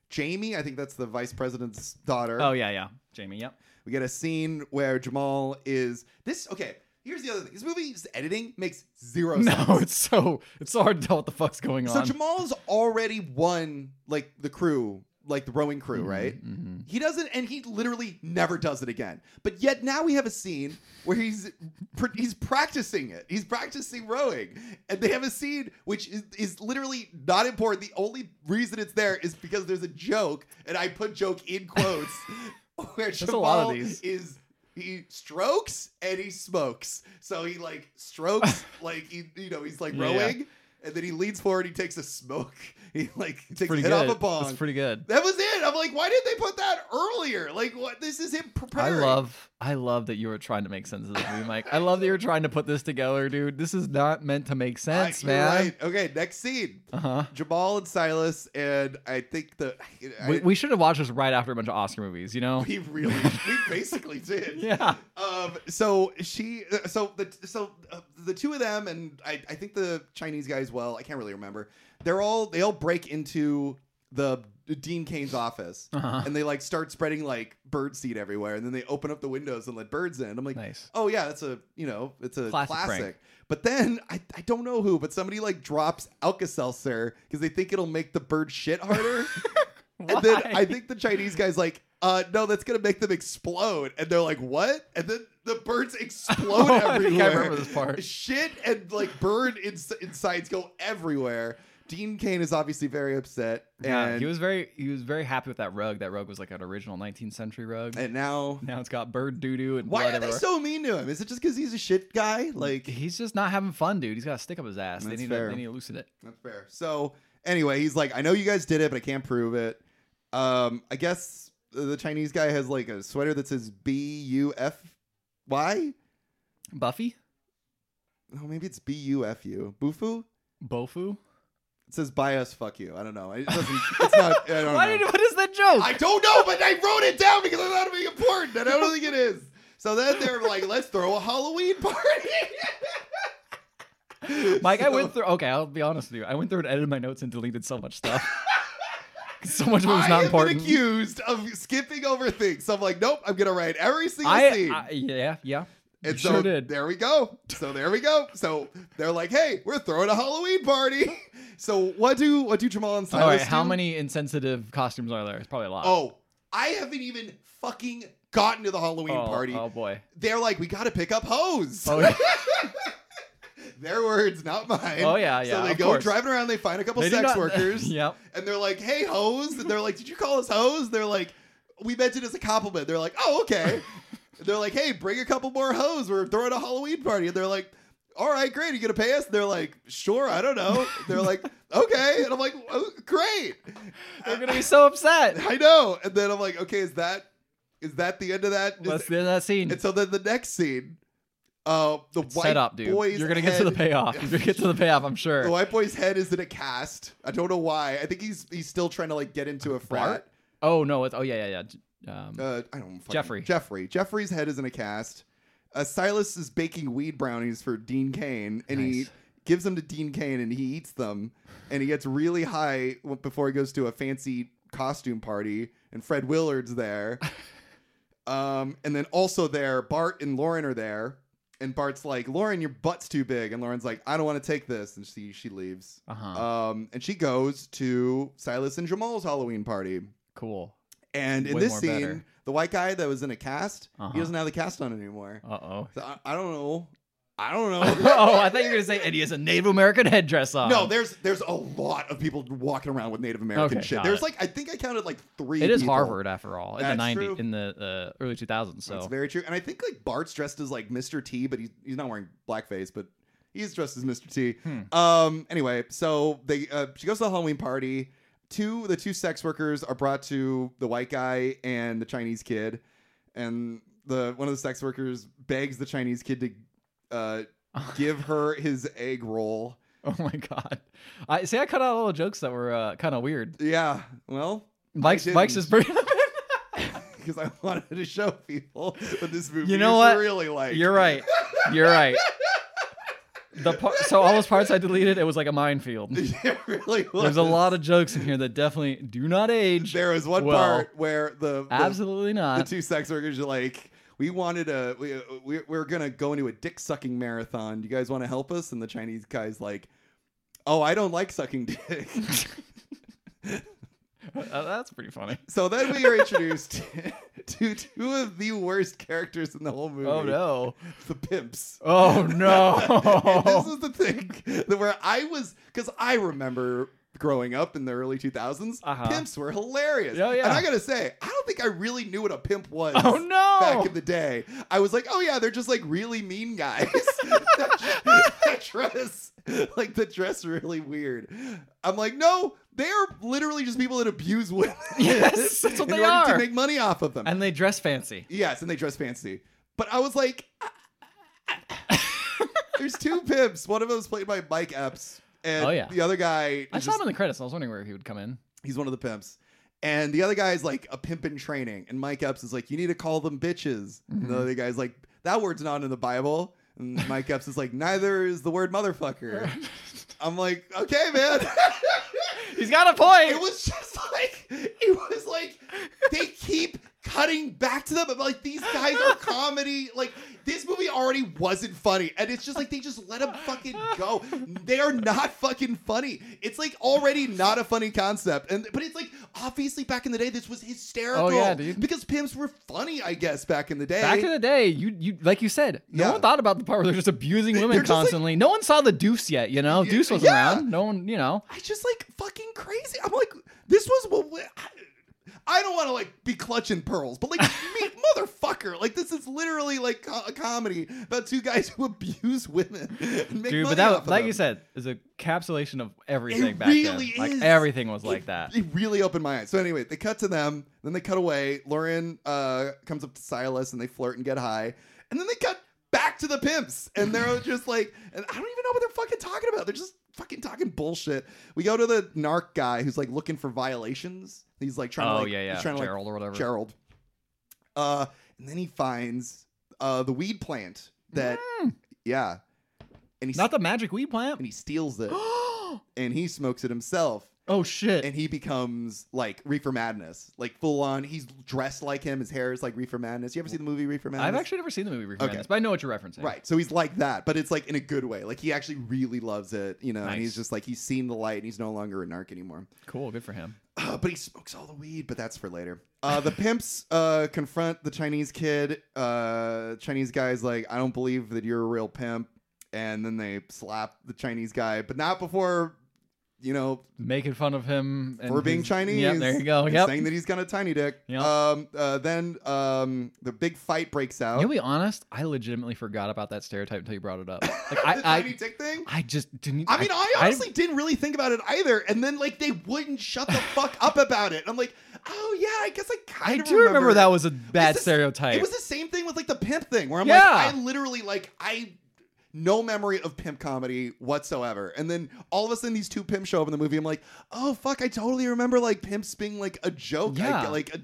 Jamie. I think that's the vice president's daughter. oh, yeah, yeah. Jamie, yep. We get a scene where Jamal is this. Okay, here's the other thing. This movie's editing makes zero sense. No, it's so it's so hard to tell what the fuck's going so on. Jamal's already won like the crew, like the rowing crew, right? Mhm. He doesn't, and he literally never does it again. But yet now we have a scene where he's pr- he's practicing it. He's practicing rowing, and they have a scene which is, is literally not important. The only reason it's there is because there's a joke, and I put joke in quotes. where There's a lot Jamal of these. is he strokes and he smokes. So he like strokes like he you know he's like Yeah. rowing, and then he leans forward. He takes a smoke. He like takes a pretty hit good. off a bong. It's pretty good. That was it. I'm like, why did they put that earlier? Like, what? This is him I preparing. love I love that you were trying to make sense of this movie, Mike. I love that you're trying to put this together, dude. This is not meant to make I- sense, you're man. right. Okay, next scene. Uh-huh. Jamal and Silas, and I think the I- We, we should have watched this right after a bunch of Oscar movies, you know? we really we basically did. Yeah. Um. So she. uh, So the so uh, the two of them and I I think the Chinese guy as well. I can't really remember. They're all they all break into the Dean Kane's office Uh-huh. and they like start spreading like bird seed everywhere and then they open up the windows and let birds in. I'm like, Nice. oh yeah, that's a you know it's a classic. Classic prank. But then I, I don't know who, but somebody like drops Alka Seltzer because they think it'll make the bird shit harder. And then I Why? think the Chinese guy's like, uh, no, that's gonna make them explode. And they're like, what? And then the birds explode Oh, I think I everywhere. remember this part. Shit and like bird ins- insides go everywhere. Dean Kane is obviously very upset. Yeah, and, he was very he was very happy with that rug. That rug was like an original 19th century rug. and now now it's got bird doo doo and why blood are they everywhere. so mean to him? Is it just because he's a shit guy? Like He's just not having fun, dude. He's got a stick up his ass. They That's need, fair. to, they need to loosen it. That's fair. So anyway, he's like, I know you guys did it, but I can't prove it. Um, I guess the Chinese guy has like a sweater that says B U F Y. Buffy? Oh, maybe it's B U F U. Bufu. Bofu? It says "Buy us, fuck you." I don't know. It doesn't. It's not. I don't Why know. did what is that joke? I don't know, but I wrote it down because I thought it'd be important, and I don't think it is. So then they're like, "Let's throw a Halloween party." Mike, I So- went through. Okay, I'll be honest with you. I went through and edited my notes and deleted so much stuff. 'Cause so much of it was I not have important. been accused of skipping over things. So I'm like, nope, I'm gonna write every single I, scene. I- yeah yeah. and you so sure did. there we go. So there we go. So they're like, hey, we're throwing a Halloween party. So what do what do Jamal and Silas? All right, how do? many insensitive costumes are there? It's probably a lot. Oh, I haven't even fucking gotten to the Halloween Oh, party. Oh boy. They're like, we gotta pick up hoes. Oh, yeah. Their words, not mine. Oh, yeah, yeah, So they of go course. driving around, they find a couple They do sex not- workers. yep. and they're like, "Hey, hoes!" And they're like, "Did you call us hoes?" They're like, "We meant it as a compliment." They're like, "Oh, okay." And they're like, "Hey, bring a couple more hoes. We're throwing a Halloween party." And they're like, "All right, great. you gonna pay us?" And they're like, "Sure, I don't know." And they're like, "Okay," and I'm like, oh, "Great." They're gonna be so upset. I know. And then I'm like, "Okay, is that is that the end of that?" Is- Let's end that scene. and so then the next scene, uh, the white Set up, dude. boy's You're gonna get to the head- payoff. You're gonna get to the payoff. I'm The sure. white boy's head is in a cast. I don't know why. I think he's he's still trying to like get into a frat. Bart? Oh no. It's, oh yeah yeah yeah. Um, uh, I don't fucking, Jeffrey. Jeffrey. Jeffrey's head is in a cast. uh, Silas is baking weed brownies for Dean Kane, and he Nice. gives them to Dean Kane, and he eats them, and he gets really high w- before he goes to a fancy costume party, and Fred Willard's there, um, and then also there, Bart and Lauren are there, and Bart's like, "Lauren, your butt's too big," and Lauren's like, "I don't want to take this," and she she leaves, Uh-huh. um, and she goes to Silas and Jamal's Halloween party. Cool. And in Way this more scene, better. the white guy that was in a cast, Uh-huh. he doesn't have the cast on anymore. Uh oh. So I, I don't know. I don't know. oh, I thought you were gonna say, and he has a Native American headdress on. no, there's there's a lot of people walking around with Native American Okay, shit. got There's it. like I think I counted like three. it is people. Harvard after all. In That's the ninety, true. in the uh, early two thousands. That's So very true. And I think like Bart's dressed as like Mr. T, but he's he's not wearing blackface, but he's dressed as Mr. T. Hmm. Um. Anyway, so they uh, she goes to the Halloween party. Two the two sex workers are brought to the white guy and the Chinese kid, and the one of the sex workers begs the Chinese kid to uh, give her his egg roll. oh my god. I see. I cut out all the jokes that were uh, kind of weird. Yeah. Well, Mike's didn't. Mike's just bringing them in. because I wanted to show people what this movie You know is what? really like. You're right. You're right. The par- so all those parts I deleted, it was like a minefield. it really was. There's a lot of jokes in here that definitely do not age. There was one well. part where the, the- Absolutely the not. two sex workers are like, "We wanted a we, uh, we we're gonna go into a dick sucking marathon. Do you guys want to help us?" And the Chinese guy's like, "Oh, I don't like sucking dick." Uh, that's pretty funny. so then we are introduced to two of the worst characters in the whole movie. Oh no. the pimps. Oh no. and Oh. this is the thing that where I was because I remember growing up in the early 2000s Uh-huh. pimps were hilarious Oh, yeah. and i gotta say i don't think i really knew what a pimp was Oh, no. back in the day i was like oh yeah they're just like really mean guys that dress like the dress really weird i'm like no they're literally just people that abuse women Yes, that's what in they order to are. make money off of them and they dress fancy. Yes, and they dress fancy. But I was like, there's two pimps. One of them's played by Mike Epps, and Oh, yeah. the other guy, I is saw him just- in the credits. And I was wondering where he would come in. he's one of the pimps. And the other guy is like a pimp in training, and Mike Epps is like, you need to call them bitches. And the other guy's like, that word's not in the Bible. And Mike Epps is like, neither is the word motherfucker. I'm like, okay, man. He's got a point. It was just like it was like they keep cutting back to them. I'm like these guys are comedy. Like this movie already wasn't funny, and it's just like they just let them fucking go. They are not fucking funny. It's like already not a funny concept, and but it's like obviously back in the day this was hysterical. Oh, yeah, dude. Because pimps were funny, I guess, back in the day. Back in the day, you you like you said, no Yeah. one thought about the part where they're just abusing women they're just like- constantly. no one saw the Deuce yet, you know. Deuce wasn't yeah. around. No one, you know. I just like fucking crazy. I'm like, this was what we- I, I don't want to like be clutching pearls, but like, me, motherfucker, like this is literally like co- a comedy about two guys who abuse women. And make Dude, money but off that, of like them. you said, is a capsulation of everything back really then. is. Like everything was like It- that. It really opened my eyes. So anyway, they cut to them, then they cut away. Lauren uh, comes up to Silas and they flirt and get high, and then they cut back to the pimps, and they're just like, and I don't even know what they're fucking talking about. They're just fucking talking bullshit. We go to the narc guy who's like looking for violations. He's like trying oh to like, yeah, yeah. he's trying to like, Gerald or whatever. Gerald. Uh, and then he finds uh the weed plant that yeah, and he Mm. Not the magic weed plant. and he steals it and he smokes it himself oh shit. and he becomes like Reefer Madness, like full on. He's dressed like him. His hair is like Reefer Madness. You ever see the movie Reefer Madness? I've actually never seen the movie Reefer Okay. Madness, but I know what you're referencing. right. So he's like that, but it's like in a good way. Like he actually really loves it, you know. And he's Nice. just like he's seen the light, and he's no longer a narc anymore. Cool. Good for him. Uh, but he smokes all the weed. But that's for later. Uh, the pimps uh, confront the Chinese kid. Uh, Chinese guy's like, I don't believe that you're a real pimp. And then they slap the Chinese guy, but not before. You know, Making fun of him and for being his- Chinese. Yep. There you go. and Yep. Saying that he's got a tiny dick. Yep. Um, uh, then um, the big fight breaks out. You'll be honest. I legitimately forgot about that stereotype until you brought it up. Like the I, tiny I, dick thing. I just didn't. I mean, I honestly didn't really think about it either. And then, like, they wouldn't shut the fuck up about it. I'm like, oh, yeah, I guess I I, kind of do remember that was a It's bad the s- stereotype. It was the same thing with, like, the pimp thing, where I'm Yeah. like, I literally, like, I. No memory of pimp comedy whatsoever. And then all of a sudden, these two pimps show up in the movie. I'm like, oh, fuck, I totally remember, like, pimps being, like, a joke. I- Yeah. like, a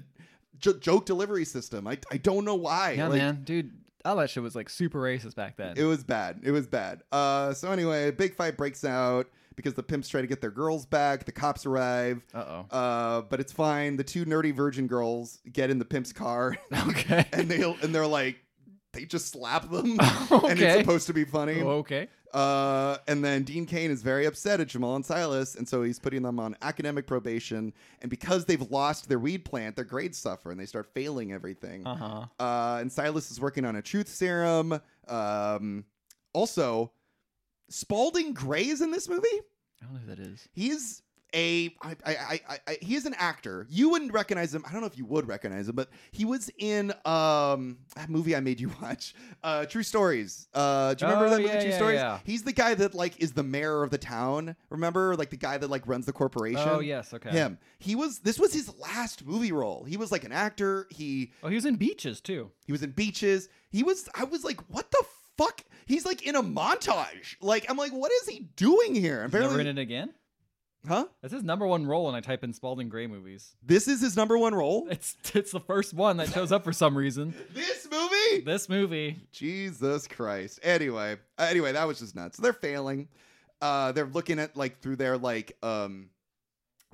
jo- joke delivery system. I, I don't know why. yeah, like, man, dude. all that shit was like super racist back then. It was bad. It was bad. Uh, so anyway, a big fight breaks out because the pimps try to get their girls back. The cops arrive. Uh-oh. Uh, but it's fine. The two nerdy virgin girls get in the pimp's car, okay. and they and they're like, they just slap them, and it's Okay. Oh. supposed to be funny. okay. Uh, and then Dean Kane is very upset at Jamal and Silas, and so he's putting them on academic probation. And because they've lost their weed plant, their grades suffer, and they start failing everything. Uh-huh. Uh, and Silas is working on a truth serum. Um, also, Spalding Gray is in this movie. I don't know who that is. He's a I, I, I, I, he is an actor. You wouldn't recognize him. I don't know if you would recognize him, but he was in um that movie I made you watch, uh, True Stories. Uh, do you remember Oh, that movie, yeah, True yeah, Stories? yeah. He's the guy that like is the mayor of the town. Remember, like the guy that like runs the corporation. Oh yes, okay. Him. He was. This was his last movie role. He was like an actor. He Oh, he was in Beaches too. he was in beaches. He was. I was like, what the fuck? He's like in a montage. Like I'm like, what is he doing here? He's never Apparently, in it again. huh? That's his number one role when I type in Spalding Gray movies. This is his number one role. It's it's the first one that shows up for some reason. this movie. This movie. Jesus Christ. Anyway, uh, anyway, that was just nuts. They're failing. Uh, they're looking at like through their like um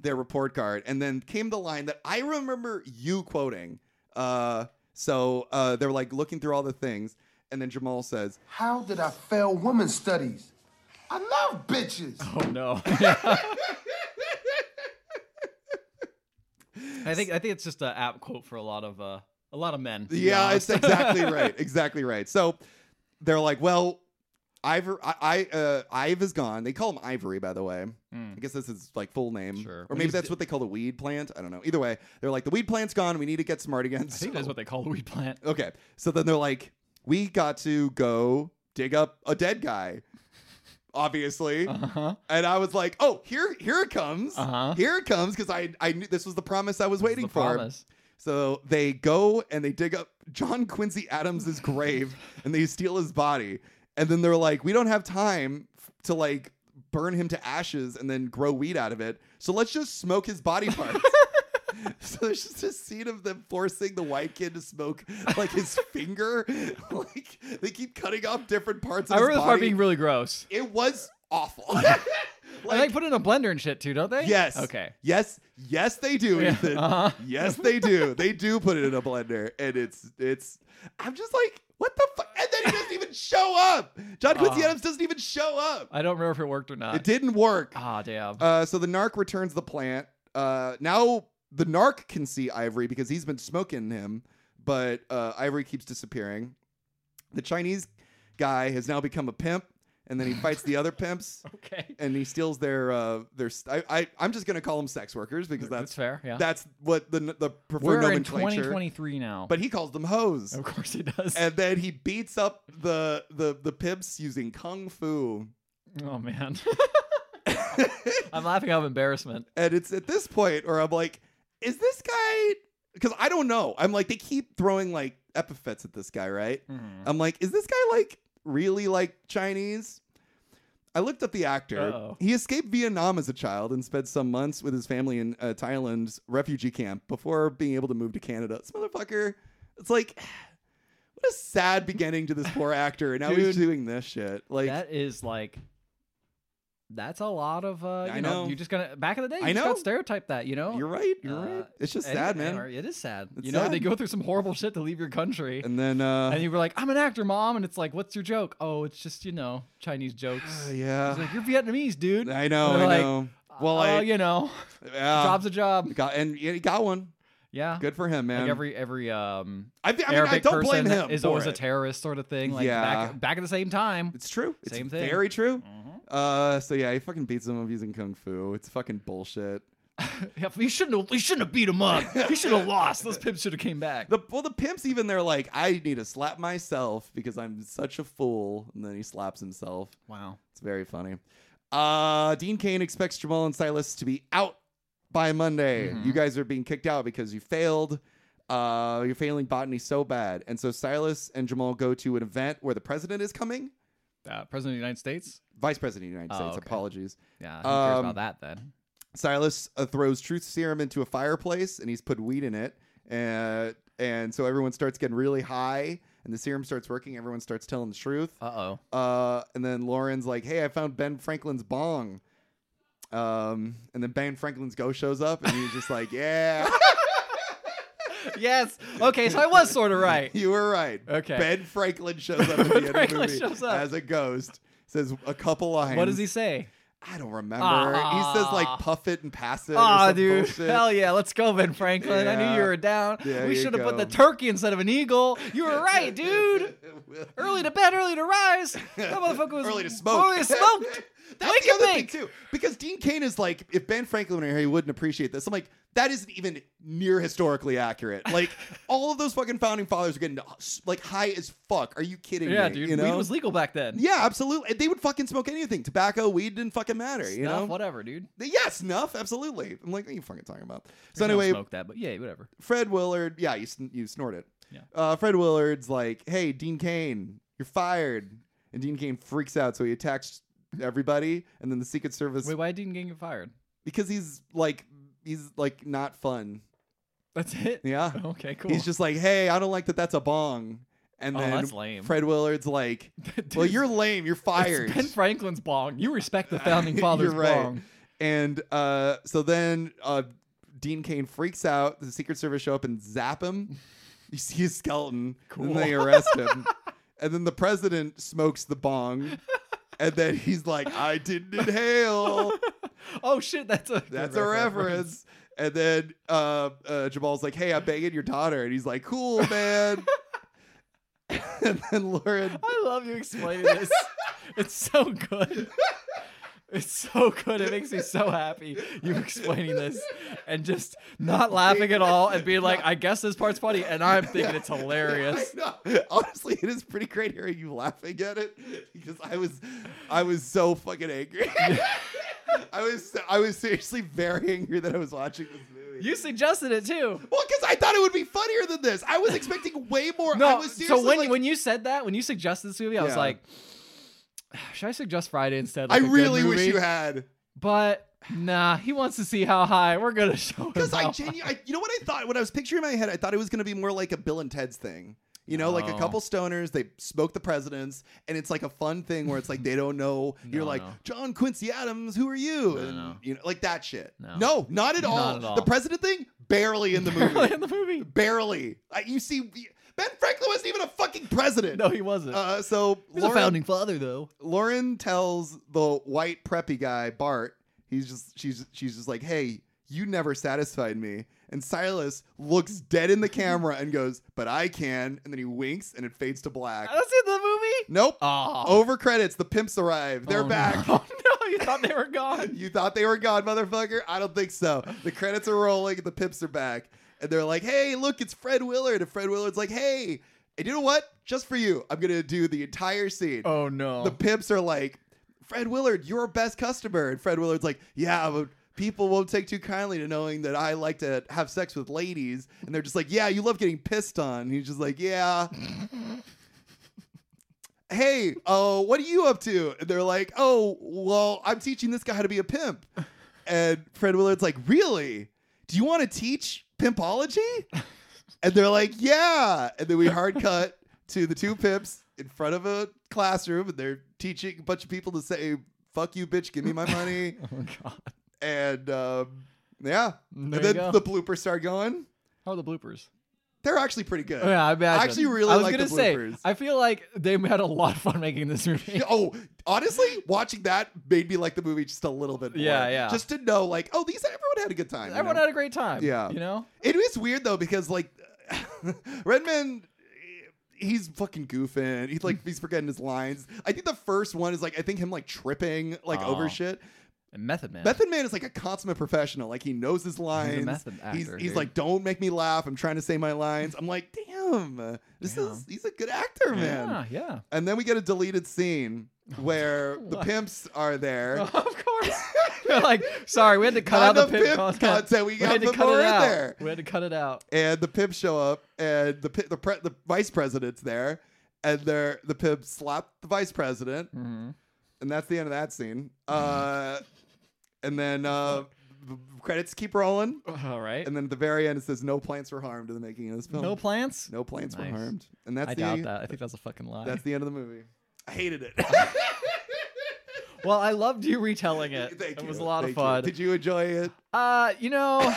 their report card, and then came the line that I remember you quoting. Uh, so uh, they're like looking through all the things, and then Jamal says, How did I fail women's studies? I love bitches. Oh no. I think I think it's just an apt quote for a lot of uh, a lot of men. to be Yeah, honest. it's exactly right. Exactly right. So they're like, well, Ivor, I, I, uh, Ive is gone. They call him Ivory, by the way. I guess that's his like full name, Hmm. Sure. or When maybe he's- that's what they call the weed plant. I don't know. Either way, they're like, the weed plant's gone. We need to get smart again. I think So- that's what they call the weed plant. okay. So then they're like, we got to go dig up a dead guy. Obviously, Uh-huh. and I was like, "Oh, here, here it comes! Uh-huh. Here it comes!" Because I, I knew this was the promise I was waiting The for. promise. So they go and they dig up John Quincy Adams's grave and they steal his body. And then they're like, we don't have time f- to like burn him to ashes and then grow weed out of it. So let's just smoke his body parts. so there's just a scene of them forcing the white kid to smoke like his finger. Like they keep cutting off different parts of I his remember this part body. being really gross. it was awful. Like, they put it in a blender and shit too, don't they? Yes. Okay. Yes. Yes, they do, Yeah. Ethan. Uh-huh. Yes, they do. they do put it in a blender, and it's it's. I'm just like, what the fuck? And then he doesn't even show up. John Quincy Uh. Adams doesn't even show up. I don't remember if it worked or not. It didn't work. Ah, damn. Uh, so the narc returns the plant. Uh, now the narc can see Ivory because he's been smoking him, but uh, Ivory keeps disappearing. The Chinese guy has now become a pimp, and then he fights the other pimps okay. and he steals their uh their st- I, I I'm just gonna call them sex workers because That's that's fair. Yeah. that's what the the preferred We're in nomenclature. 2023 now. but he calls them hoes, of course it does. and then he beats up the the the pimps using kung fu. oh man. I'm laughing out of embarrassment. And it's at this point where I'm like, is this guy? Because I don't know. I'm like, they keep throwing like epithets at this guy, right? Mhm. I'm like, is this guy like really like Chinese? I looked up the actor. Uh-oh. He escaped Vietnam as a child and spent some months with his family in uh, Thailand's refugee camp before being able to move to Canada. This motherfucker, it's like, what a sad beginning to this poor actor. And now he's Dude. doing this shit. Like, that is like that's a lot of uh you I know, know. you just gonna back in the day you I just know. got stereotyped that, you know? you're right. You're Uh, right. It's just And- sad, man. and- It is sad. It's you know, sad. they go through some horrible shit to leave your country. And then, uh, and you were like, I'm an actor, mom, and it's like, what's your joke? Oh, it's just, you know, Chinese jokes. yeah. He's like, You're Vietnamese, dude. I know. And they're I like, know. Well, oh, I, Uh, you know, yeah. job's a job. got, and he got one. Yeah. Good for him, man. Like every every um I, thi- I mean, Arabic I don't blame person him. is for always a it. terrorist sort of thing. Like Yeah. back back at the same time. It's true. It's Same thing. Mm-hmm. Very true. Uh, so yeah, he fucking beats him up using kung fu. It's fucking bullshit. Yeah, he shouldn't have he shouldn't have beat him up. He should have lost. Those pips should have came back. The well, the pimps even they're like, I need to slap myself because I'm such a fool. And then he slaps himself. wow. It's very funny. Uh, Dean Kane expects Jamal and Silas to be out by Monday. Mm-hmm. You guys are being kicked out because you failed. Uh, you're failing botany so bad. And so Silas and Jamal go to an event where the president is coming. Uh, President of the United States? Vice President of the United Oh, States. okay. Apologies. Yeah, who cares Um, about that then? Silas uh, throws truth serum into a fireplace and he's put weed in it. And, and so everyone starts getting really high. and the serum starts working. Everyone starts telling the truth. Uh-oh. Uh, and then Lauren's like, "Hey, I found Ben Franklin's bong." Um, and then Ben Franklin's ghost shows up, and he's just like, "Yeah, yes. Okay, so I was sort of right. you were right." Okay. Ben Franklin shows up at the end of the Franklin movie shows up. as a ghost. Says a couple lines. What does he say? I don't remember. Aw. He says like puff it and pass it. or Aw, some dude. bullshit. Hell yeah. Let's go, Ben Franklin. I knew you Yeah. were down. There we you should have put go. the turkey instead of an eagle. You were right, dude. early to bed, early to rise. That motherfucker was early to smoke. Early to smoked. That's Wake the and other bake. thing too, because Dean Kane is like, if Ben Franklin were here, he wouldn't appreciate this. I'm like, that isn't even near historically accurate. Like, all of those fucking founding fathers are getting uh, like high as fuck. Are you kidding Yeah, me? dude. You Weed know? was legal back then. yeah, absolutely. They would fucking smoke anything. Tobacco, weed didn't fucking matter. you Snuff, know? whatever, dude. Yeah, snuff. Absolutely. I'm like, what are you fucking talking about? So I don't anyway, smoke that, but yeah, whatever. Fred Willard. Yeah, you sn- you snort it. Yeah. Uh, Fred Willard's like, "Hey, Dean Kane, you're fired." And Dean Kane freaks out, so he attacks everybody, and then the Secret Service Wait, why didn't Gang get fired? because he's like he's like not fun. That's it. Yeah. Okay, Oh, cool. He's just like, "Hey, I don't like that. That's a bong." And Oh, then that's lame. Fred Willard's like, Dude, "Well, you're lame. You're it's fired." Ben Franklin's bong. You respect the founding fathers' You're right. bong. And uh, so then uh, Dean Kane freaks out. The Secret Service show up and zap him. You see his skeleton. And Cool. then they arrest him. and then the president smokes the bong. And then he's like, I didn't inhale. Oh shit, that's a That's a reference. And then uh, uh, Jamal's like, Hey, I'm banging your daughter. And he's like, Cool, man. and then Lauren. I love you explaining this. it's so good. It's so good. It makes me so happy you explaining this and just not laughing at all and being like, I guess this part's funny, and I'm thinking it's hilarious. I know. Honestly, it is pretty great hearing you laughing at it because I was, I was so fucking angry. I was, I was seriously very angry that I was watching this movie. You suggested it too. well, because I thought it would be funnier than this. I was expecting way more. I No, was so seriously when like, when you said that, when you suggested this movie, I was Yeah. like, should I suggest Friday instead? I Like a good really wish movie?" you had. But nah, he wants to see how high we're gonna show him. Because I how genuinely, you know what I thought when I was picturing in my head, I thought it was going to be more like a Bill and Ted's thing. You know, like a No. couple stoners, they smoke the presidents, and it's like a fun thing where it's like they don't know. You're No, like no. John Quincy Adams, who are you? and no. you know, like that shit. No. not at all. at all. The president thing, barely in the high movie. in the movie. barely. Uh, you see, Ben Franklin wasn't even a fucking president. No, he wasn't. Uh, so He's a Lauren, founding father though. Lauren tells the white preppy guy Bart, he's just she's she's just like, "Hey, you never satisfied me." And Silas looks dead in the camera and goes, "But I can." And then he winks and it fades to black. That's in the movie. Nope. Oh. Over credits, the pimps arrive. Oh, They're no. back. Oh no, you thought they were gone. You thought they were gone, motherfucker? I don't think so. The credits are rolling, the pips are back, and they're like, "Hey, look, it's Fred Willard." And Fred Willard's like, "Hey, and you know what? Just for you, I'm gonna do the entire scene." Oh no. the pimps are like, Fred Willard, you're our best customer. And Fred Willard's like, yeah, but people won't take too kindly to knowing that I like to have sex with ladies. And they're just like, yeah, you love getting pissed on. And he's just like, yeah. hey, uh, what are you up to? And they're like, oh, well, I'm teaching this guy how to be a pimp. And Fred Willard's like, really? Do you want to teach pimpology? And they're like, yeah. And then we hard cut to the two pimps in front of a classroom and they're teaching a bunch of people to say, fuck you, bitch, give me my money. oh god. and um, yeah. There and you then go. the bloopers start going. How are the bloopers? They're actually pretty good. yeah, I imagine. actually really I was like the gonna say. bloopers. I feel like they had a lot of fun making this movie. Oh, honestly, watching that made me like the movie just a little bit more. Yeah, yeah. Just to know, like, oh, these everyone had a good time. you Everyone know? had a great time. Yeah. You know. It is weird though because like Redman, he's fucking goofing. He's like he's forgetting his lines. I think the first one is like I think him like tripping like Oh. over shit. And Method Man. Method Man is like a consummate professional. Like he knows his lines. method he's, actor, he's dude. like, don't make me laugh. I'm trying to say my lines. I'm like, damn, this Damn. is he's a good actor, man. Yeah. Yeah. And then we get a deleted scene where the What? pimps are there. of course. They're like, sorry, we had to cut Not out the enough pimp, pimp content. We got had to put cut more it in out. there. We had to cut it out. and the pimps show up, and the pi- the pre- the vice president's there, and they're the pimps slap the vice president, Mm-hmm. and that's the end of that scene. Uh, and then uh, the credits keep rolling, All right. and then at the very end it says no plants were harmed in the making of this film. no plants? No plants Nice. were harmed, and that's I the doubt that. I think that's a fucking lie. that's the end of the movie. I hated it. well, I loved you retelling it. Thank it you. was a lot Thank of you. fun. Did you enjoy it? Uh, you know,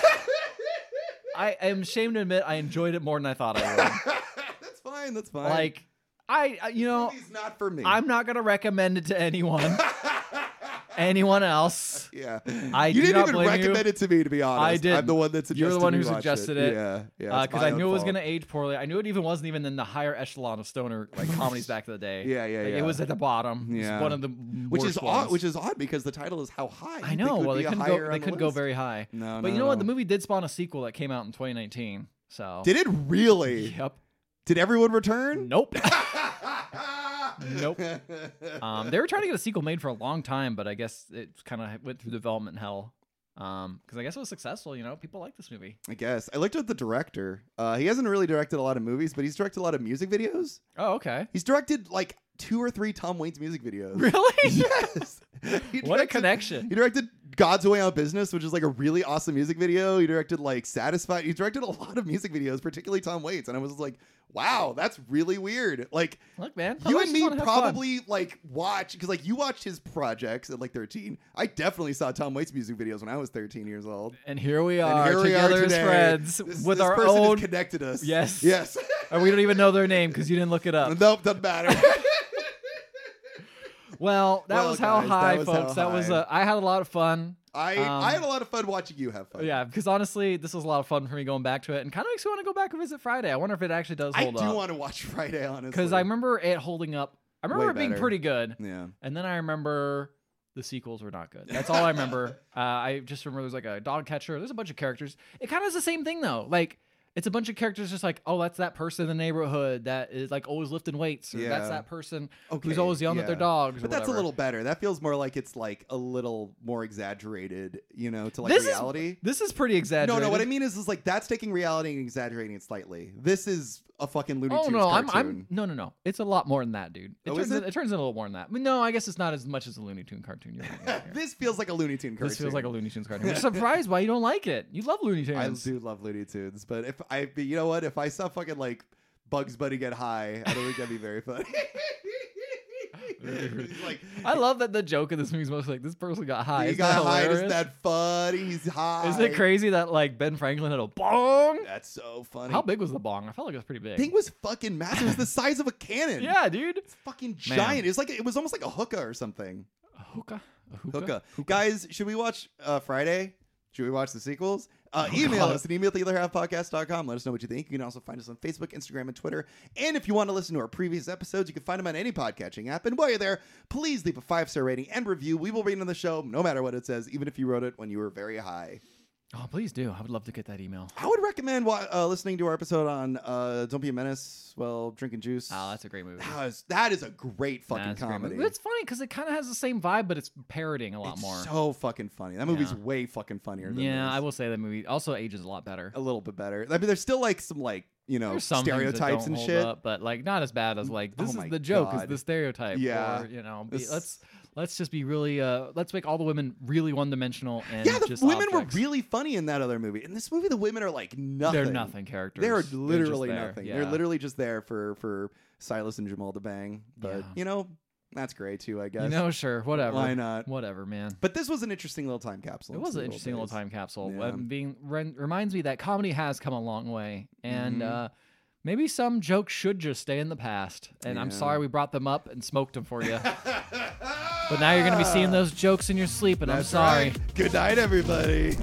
I am ashamed to admit I enjoyed it more than I thought I would. that's fine. That's fine. like, I, I- you know, he's not for me. I'm not gonna recommend it to anyone, anyone else. Yeah. I do you didn't not even blame you. recommend it to me, to be honest. I'm didn't. the one that You're suggested the one we who watch suggested it. Yeah. Yeah. it's Because my Uh, I own knew it was fault. gonna age poorly. I knew it even wasn't even in the higher echelon of stoner like comedies back in the day. Yeah, yeah, Like, yeah. It was at the bottom. It's Yeah. one of the Which is worst odd. ones. Which is odd because the title is how high. I know. Well, they couldn't go. They couldn't go very high. No, But no, you know no. what? The movie did spawn a sequel that came out in 2019. So Did it really? Yep. Did everyone return? Nope. nope. Um, they were trying to get a sequel made for a long time, but I guess it kind of went through development hell. Um, because I guess it was successful. You know, people like this movie. I guess I looked at the director. Uh, he hasn't really directed a lot of movies, but he's directed a lot of music videos. Oh, okay. He's directed like two or three Tom Waits music videos. Really? yes. He What a directed- connection. He directed God's Way Out Business, which is like a really awesome music video. He directed like Satisfied. He directed a lot of music videos, particularly Tom Waits. And I was like, wow, that's really weird. Like, Look, man. you I and just me wanna have fun. probably like watch because like you watched his projects at like 13. I definitely saw Tom Waits music videos when I was 13 years old. And here we And are here we are Uh, together as today. friends This- with this our person has own. connected us. Yes. Yes. and we don't even know their name because you didn't look it up. nope, doesn't matter. Well, that Well, was how guys, that high, was how folks. that was. high. Uh, I had a lot of fun. I Um, I had a lot of fun watching you have fun. Yeah, because honestly, this was a lot of fun for me going back to it, and kind of makes me want to go back and visit Friday. I wonder if it actually does I hold do up. want to watch Friday, honestly. because I remember it holding up. I remember Way it being better. pretty good, Yeah. and then I remember the sequels were not good. That's all I remember. uh, I just remember there's like a dog catcher. There's a bunch of characters. It kind of is the same thing though. Like it's a bunch of characters just like, oh, that's that person in the neighborhood that is like always lifting weights, or Yeah. that's that person who's Okay, always yelling at their yeah. dogs. or But that's a whatever. little better. That feels more like it's like a little more exaggerated, you know, to like This is- reality. This is pretty no, exaggerated. no, what I mean is, is like that's taking reality and exaggerating it slightly. This is a fucking Looney Oh Tunes no, I'm, cartoon. I'm no no no. It's a lot more than that, dude. It, Oh, is turns in- it? it turns in a little more than that. But no, I guess it's not as much as a Looney Tune cartoon. You're right, you're right, you're right. this feels like a Looney Tune cartoon. This feels like a Looney Tunes cartoon. I'm surprised why you don't like it. You love Looney I Tunes. do love Looney Tunes, but if I, but you know what, if I saw fucking like Bugs Bunny get high, I don't think that'd be very funny. He's like, I love that the joke in this movie is mostly like this person got high. he Isn't got that high. Isn't hilarious? that funny? He's high. Isn't it crazy that like Ben Franklin had a bong? That's so funny. How big was the bong? I felt like it was pretty big. thing was fucking massive. It was the size of a cannon. yeah, dude. It's fucking Man. giant. It was like it was almost like a hookah or something. A hookah. A hookah. Hookah. Guys, should we watch uh, Friday? Should we watch the sequels? Uh, Oh, email God. us at email theotherhalfpodcast.com. Let us know what you think. You can also find us on Facebook, Instagram, and Twitter. And if you want to listen to our previous episodes, you can find them on any podcatching app. And while you're there, please leave a five star rating and review. We will read it on the show, no matter what it says, even if you wrote it when you were very high. Oh, please do. I would love to get that email. I would recommend wa- uh, listening to our episode on uh, Don't Be a Menace while drinking juice. Oh, that's a great movie. That is, that is a great fucking That's a great comedy. movie. It's funny because it kind of has the same vibe, but it's parroting a lot It's more. so fucking funny. That movie's Yeah. way fucking funnier. Than yeah, this. I will say that movie also ages a lot better. a little bit better. I mean, there's still like some like you know There's some things that stereotypes don't and hold shit. up, but like not as bad as like Oh this my is the joke God. is the stereotype. Yeah. or, you know, be, This- let's let's just be really uh let's make all the women really one dimensional and Yeah, the just women objects. were really funny in that other movie. In this movie, the women are like nothing. they're nothing characters. They're just literally there. nothing. Yeah. They're literally just there for for Silas and Jamal to bang. But Yeah. you know, that's great too. I guess. you know sure whatever Why not? whatever man. But this was an interesting little time capsule. It into was the an interesting little days. time capsule. Yeah. Um, being ren- reminds me that comedy has come a long way, and Mhm. uh, maybe some jokes should just stay in the past. And I'm Yeah. sorry we brought them up and smoked them for you. but now you're gonna be seeing those jokes in your sleep, and I'm That's sorry. right. Good night, everybody.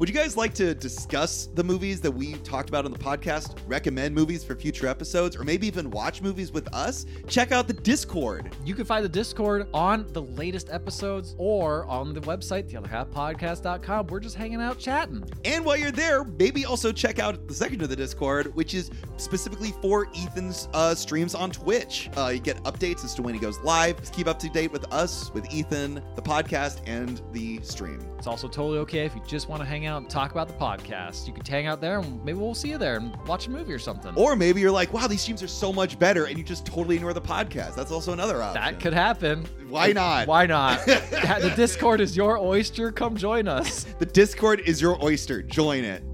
Would you guys like to discuss the movies that we talked about on the podcast, recommend movies for future episodes, or maybe even watch movies with us? Check out the Discord. You can find the Discord on the latest episodes or on the website, theotherhalfpodcast.com. We're just hanging out chatting. And while you're there, maybe also check out the second of the Discord, which is specifically for Ethan's uh, streams on Twitch. Uh, you get updates as to when he goes live. Just keep up to date with us, with Ethan, the podcast, and the stream. It's also totally okay if you just want to hang out and talk about the podcast. You could hang out there and maybe we'll see you there and watch a movie or something. Or maybe you're like, wow, these streams are so much better, and you just totally ignore the podcast. That's also another option. that could happen. Why not? Why not? the Discord is your oyster. Come join us. The Discord is your oyster. Join it.